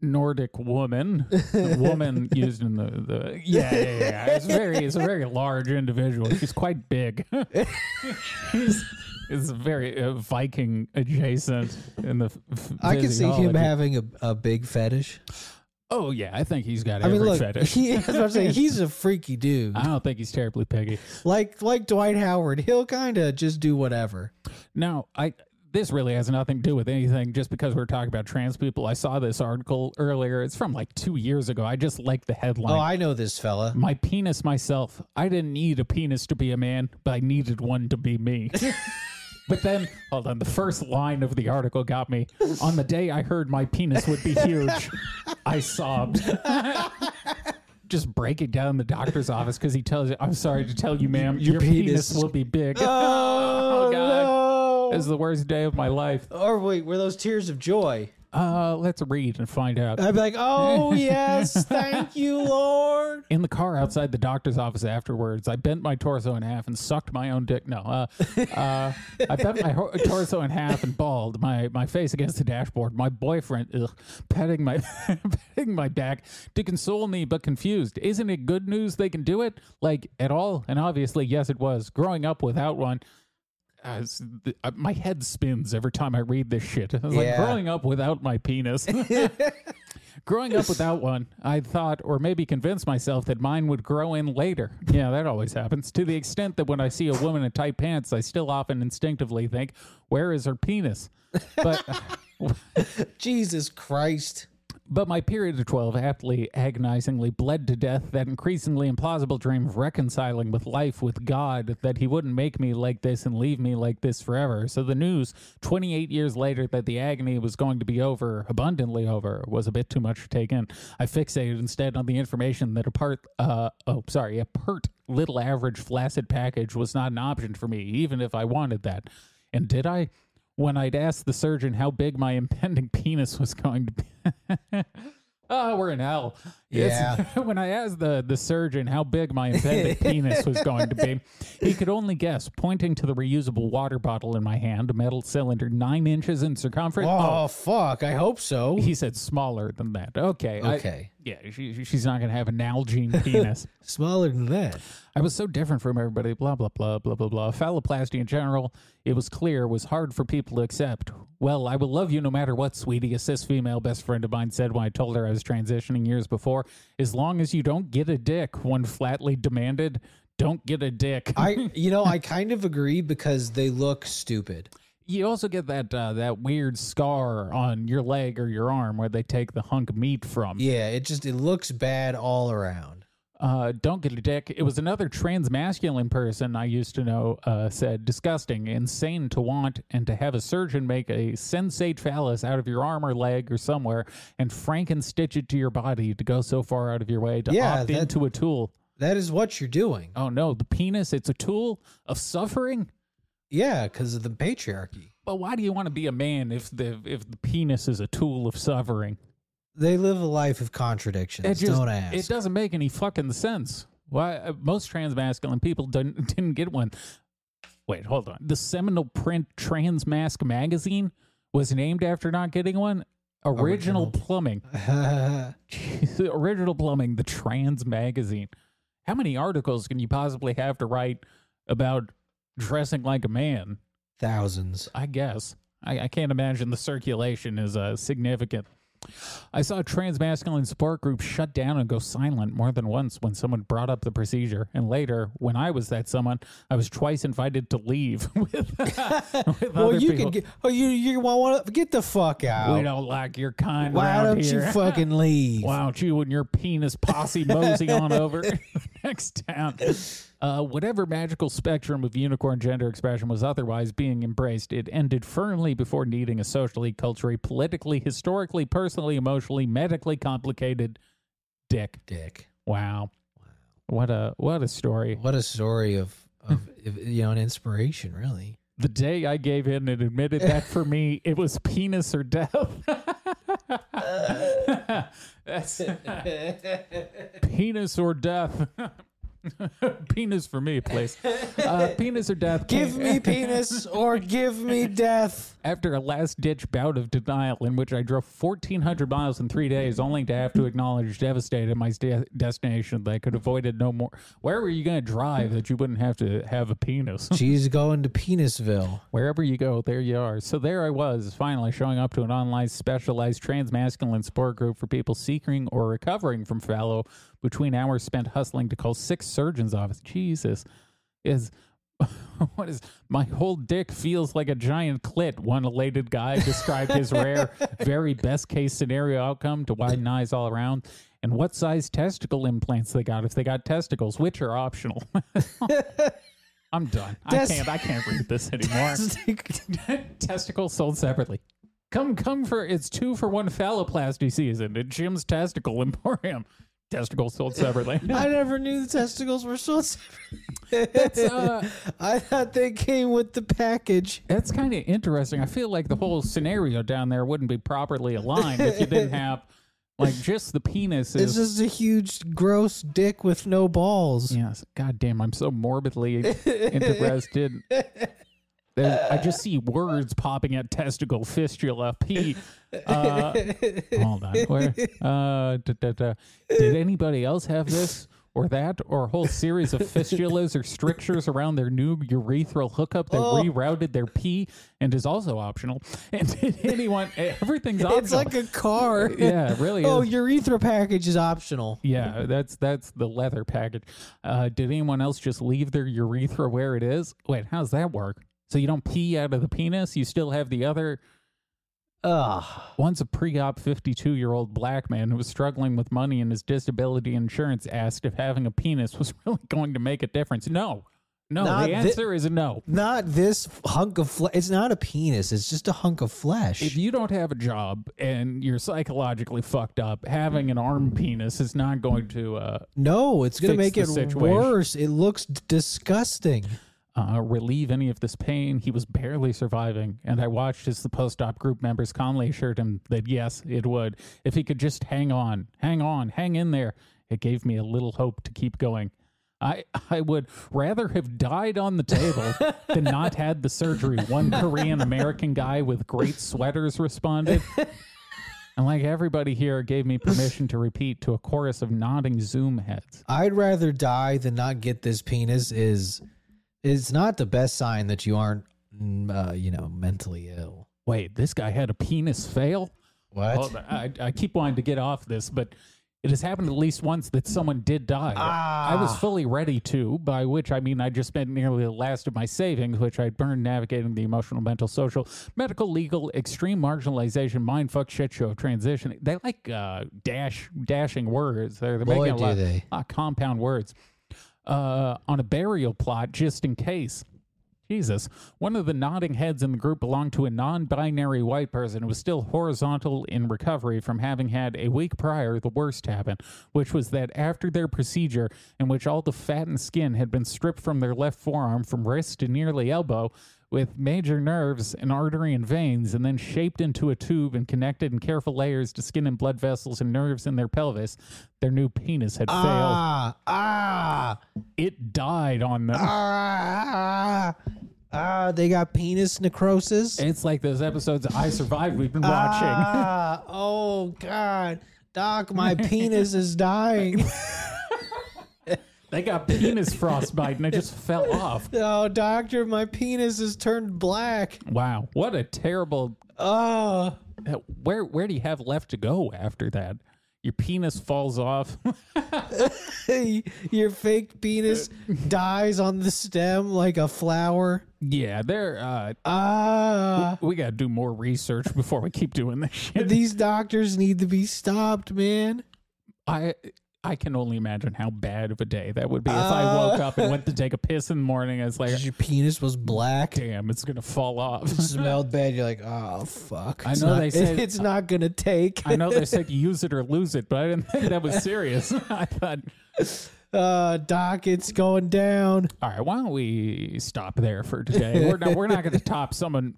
Speaker 2: Nordic woman, a woman used in the, the yeah, yeah, yeah. It's very, it's a very large individual. She's quite big. it's, it's very uh, Viking adjacent in the. F-
Speaker 1: I can see him
Speaker 2: physiology.
Speaker 1: having a, a big fetish.
Speaker 2: Oh yeah, I think he's got
Speaker 1: I
Speaker 2: every
Speaker 1: mean, look,
Speaker 2: fetish. Uh-huh.
Speaker 1: he, that's what I'm saying. He's a freaky dude.
Speaker 2: I don't think he's terribly piggy.
Speaker 1: Like like Dwight Howard, he'll kind of just do whatever.
Speaker 2: Now, I this really has nothing to do with anything. Just because we're talking about trans people, I saw this article earlier. It's from like two years ago. I just liked the headline.
Speaker 1: Oh, I know this fella.
Speaker 2: my penis myself. I didn't need a penis to be a man, but I needed one to be me. but then, hold on, the first line of the article got me. On the day I heard my penis would be huge, I sobbed. Just breaking down the doctor's office because he tells you, I'm sorry to tell you, ma'am, your, penis.
Speaker 1: penis-
Speaker 2: will be big.
Speaker 1: Oh,
Speaker 2: God.
Speaker 1: no.
Speaker 2: This is the worst day of my life.
Speaker 1: Or wait, were those tears of joy?
Speaker 2: Uh, let's read and find out.
Speaker 1: I'd be like, oh, yes, thank you, Lord.
Speaker 2: in the car outside the doctor's office afterwards, I bent my torso in half and sucked my own dick. No, uh, uh, I bent my ho- torso in half and balled my, my face against the dashboard. My boyfriend, ugh, petting my petting my back to console me, but confused. Isn't it good news they can do it like at all? And obviously, yes, it was. Growing up without one. Uh, it's- th- uh, my head spins every time I read this shit. I was like
Speaker 1: Yeah.
Speaker 2: growing up without my penis. Growing up without one, I thought or maybe convinced myself that mine would grow in later. Yeah, that always happens. To the extent that when I see a woman in tight pants, I still often instinctively think, where is her penis? But
Speaker 1: Jesus Christ.
Speaker 2: but my period of 12 aptly, agonizingly bled to death that increasingly implausible dream of reconciling with life, with God, that he wouldn't make me like this and leave me like this forever. So the news 28 years later that the agony was going to be over, abundantly over, was a bit too much to take in. I fixated instead on the information that a part, uh, oh, sorry, a pert little average flaccid package was not an option for me, even if I wanted that. And did I? when I'd asked the surgeon how big my impending penis was going to be. oh, we're in hell. It's- when I asked the, the surgeon how big my impending penis was going to be, he could only guess, pointing to the reusable water bottle in my hand, a metal cylinder nine inches in circumference. Oh,
Speaker 1: Oh, fuck. I hope so.
Speaker 2: He said smaller than that. Okay. I-
Speaker 1: Okay.
Speaker 2: yeah, she, she's not going to have an Nalgene penis.
Speaker 1: Smaller than that.
Speaker 2: I was so different from everybody, blah, blah, blah, blah, blah, blah. Phalloplasty in general, it was clear, was hard for people to accept. Well, I will love you no matter what, sweetie, a cis female best friend of mine said when I told her I was transitioning years before. As long as you don't get a dick, one flatly demanded, don't get a dick.
Speaker 1: I, you know, I kind of agree because they look stupid.
Speaker 2: you also get that uh, that weird scar on your leg or your arm where they take the hunk of meat from.
Speaker 1: Yeah, it just, it looks bad all around.
Speaker 2: uh, don't get a dick. It was another trans masculine person I used to know uh, said, disgusting, insane to want, and to have a surgeon make a sensate phallus out of your arm or leg or somewhere and franken stitch it to your body to go so far out of your way to
Speaker 1: Yeah,
Speaker 2: opt
Speaker 1: that-
Speaker 2: into a tool.
Speaker 1: That is what you're doing.
Speaker 2: Oh no, the penis, it's a tool of suffering?
Speaker 1: Yeah, because of the patriarchy.
Speaker 2: But why do you want to be a man if the if the penis is a tool of suffering?
Speaker 1: they live a life of contradictions.
Speaker 2: It just-
Speaker 1: Don't ask.
Speaker 2: It doesn't make any fucking sense. Why uh, most transmasculine people didn't didn't get one? Wait, hold on. The seminal print Transmask magazine was named after not getting one. Original,
Speaker 1: Original.
Speaker 2: plumbing, The original plumbing, the trans magazine. How many articles can you possibly have to write about dressing like a man?
Speaker 1: Thousands.
Speaker 2: I guess. I, I can't imagine the circulation is uh, significant. I saw a transmasculine support group shut down and go silent more than once when someone brought up the procedure. And later, when I was that someone, I was twice invited to leave with, with
Speaker 1: Well,
Speaker 2: other
Speaker 1: you
Speaker 2: people.
Speaker 1: can get. Oh, you you want to get the fuck
Speaker 2: we
Speaker 1: out?
Speaker 2: don't like your kind.
Speaker 1: Oh. Why
Speaker 2: around
Speaker 1: don't
Speaker 2: here.
Speaker 1: you fucking leave?
Speaker 2: Why don't you and your penis posse mosey on over to the next town? Uh, whatever magical spectrum of unicorn gender expression was otherwise being embraced, it ended firmly before needing a socially, culturally, politically, historically, personally, emotionally, medically complicated dick.
Speaker 1: Dick.
Speaker 2: Wow. What a what a story.
Speaker 1: What a story of of you know an inspiration, really.
Speaker 2: The day I gave in and admitted that for me, it was penis or death. That's penis or death. penis for me, please. Uh, penis or death.
Speaker 1: Give
Speaker 2: came
Speaker 1: me penis or give me death.
Speaker 2: After a last ditch bout of denial in which I drove 1,400 miles in three days, only to have to acknowledge devastated my de- destination that I could avoid it no more. Where were you going to drive that you wouldn't have to have a penis?
Speaker 1: She's going to Penisville.
Speaker 2: Wherever you go, there you are. So there I was, finally showing up to an online specialized transmasculine support group for people seeking or recovering from fallow between hours spent hustling to call six surgeons' office. Jesus. Is what is my whole dick feels like a giant clit, one elated guy described his rare, very best case scenario outcome to widen eyes all around. And what size testicle implants they got if they got testicles, which are optional. I'm done. I
Speaker 1: Des-
Speaker 2: can't I can't read this anymore. Testicles sold separately. Come, come for it's two for one phalloplasty season at Jim's Testicle Emporium. Testicles sold separately.
Speaker 1: I never knew the testicles were so separate.
Speaker 2: uh,
Speaker 1: I thought they came with the package.
Speaker 2: That's kind of interesting. I feel like the whole scenario down there wouldn't be properly aligned if you didn't have like just the penises.
Speaker 1: It's just a huge, gross dick with no balls.
Speaker 2: Yes. God damn, I'm so morbidly interested. There- I just see words popping out testicle, fistula, pee. Uh, hold on. Where, uh, da, da, da. Did anybody else have this or that or a whole series of fistulas or strictures around their new urethral hookup that
Speaker 1: Oh.
Speaker 2: rerouted their pee and is also optional? And did anyone, everything's optional.
Speaker 1: It's like a car.
Speaker 2: yeah, it really
Speaker 1: Oh,
Speaker 2: is.
Speaker 1: urethra package is optional.
Speaker 2: Yeah, that's that's the leather package. Uh, did anyone else just leave their urethra where it is? Wait, how's that work? So you don't pee out of the penis, you still have the other.
Speaker 1: Ugh.
Speaker 2: Once a pre-op 52-year-old black man who was struggling with money and his disability insurance asked if having a penis was really going to make a difference. No, no,
Speaker 1: Not
Speaker 2: the
Speaker 1: thi-
Speaker 2: answer is no.
Speaker 1: Not this hunk of flesh. It's not a penis. It's just a hunk of flesh.
Speaker 2: If you don't have a job and you're psychologically fucked up, having an arm penis is not going to uh,
Speaker 1: no, it's gonna
Speaker 2: Fix
Speaker 1: make
Speaker 2: the
Speaker 1: it
Speaker 2: situation.
Speaker 1: worse. It looks d- disgusting.
Speaker 2: uh, relieve any of this pain. He was barely surviving, and I watched as the post op group members calmly assured him that yes, it would. If he could just hang on, hang on, hang in there, it gave me a little hope to keep going. I, I would rather have died on the table than not had the surgery. One Korean American guy with great sweaters responded. And like everybody here gave me permission to repeat to a chorus of nodding Zoom heads.
Speaker 1: I'd rather die than not get this penis. Is it's not the best sign that you aren't, mm, uh, you know, mentally ill.
Speaker 2: Wait, this guy had a penis fail?
Speaker 1: What?
Speaker 2: Hold on. I, I keep wanting to get off this, but it has happened at least once that someone did die. I
Speaker 1: Ah.
Speaker 2: was fully ready to, by which I mean I just spent nearly the last of my savings, which I burned navigating the emotional, mental, social, medical, legal, extreme marginalization, mindfuck, shit show of transition. They like uh, dash dashing words. They're, they're
Speaker 1: Boy,
Speaker 2: making a
Speaker 1: do
Speaker 2: lot,
Speaker 1: they.
Speaker 2: lot of compound words uh, on a burial plot just in case. Jesus. One of the nodding heads in the group belonged to a non binary white person who was still horizontal in recovery from having had a week prior the worst happen, which was that after their procedure, in which all the fat and skin had been stripped from their left forearm from wrist to nearly elbow, with major nerves and artery and veins, and then shaped into a tube and connected in careful layers to skin and blood vessels and nerves in their pelvis. Their new penis had failed.
Speaker 1: Ah, ah,
Speaker 2: It died on them.
Speaker 1: ah, ah, ah, they got penis necrosis.
Speaker 2: It's like those episodes of I Survived we've been watching.
Speaker 1: Ah, oh God, Doc, my penis is dying.
Speaker 2: they got penis frostbite and it just fell off.
Speaker 1: Oh, doctor, my penis has turned black.
Speaker 2: Wow. What a terrible
Speaker 1: Oh,
Speaker 2: where where do you have left to go after that? Your penis falls off.
Speaker 1: your fake penis dies on the stem like a flower.
Speaker 2: yeah, there uh
Speaker 1: Ah,
Speaker 2: we gotta do more research before we keep doing this shit.
Speaker 1: these doctors need to be stopped, man.
Speaker 2: I I can only imagine how bad of a day that would be if I woke up and went to take a piss in the morning. I was like,
Speaker 1: Your penis was black.
Speaker 2: damn, it's gonna fall off.
Speaker 1: smelled bad. You're like, oh fuck.
Speaker 2: I
Speaker 1: It's
Speaker 2: know
Speaker 1: not-
Speaker 2: they said-
Speaker 1: it's not gonna take.
Speaker 2: I know they said use it or lose it, but I didn't think that was serious. I thought
Speaker 1: Uh, doc, it's going down.
Speaker 2: All right, why don't we stop there for today? We're not, we're not going to top someone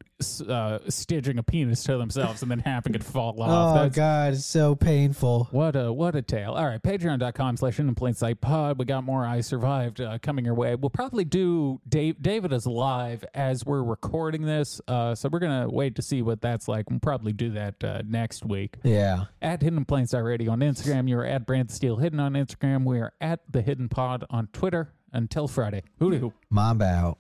Speaker 2: uh, stitching a penis to themselves and then having it fall
Speaker 1: Oh
Speaker 2: off. That's-
Speaker 1: God, it's so painful.
Speaker 2: What a what a tale! All right, patreon.com slash in plain sight pod. We got more. I survived uh, coming your way. We'll probably do Dave. David is live as we're recording this, uh, so we're gonna wait to see what that's like. We'll probably do that uh, next week
Speaker 1: Yeah.
Speaker 2: at Hidden Plain Sight Radio on Instagram. You're at Brand Steel Hidden on Instagram. We are at the Hidden Pod on Twitter. Until Friday, hoodoo.
Speaker 1: Mamba out.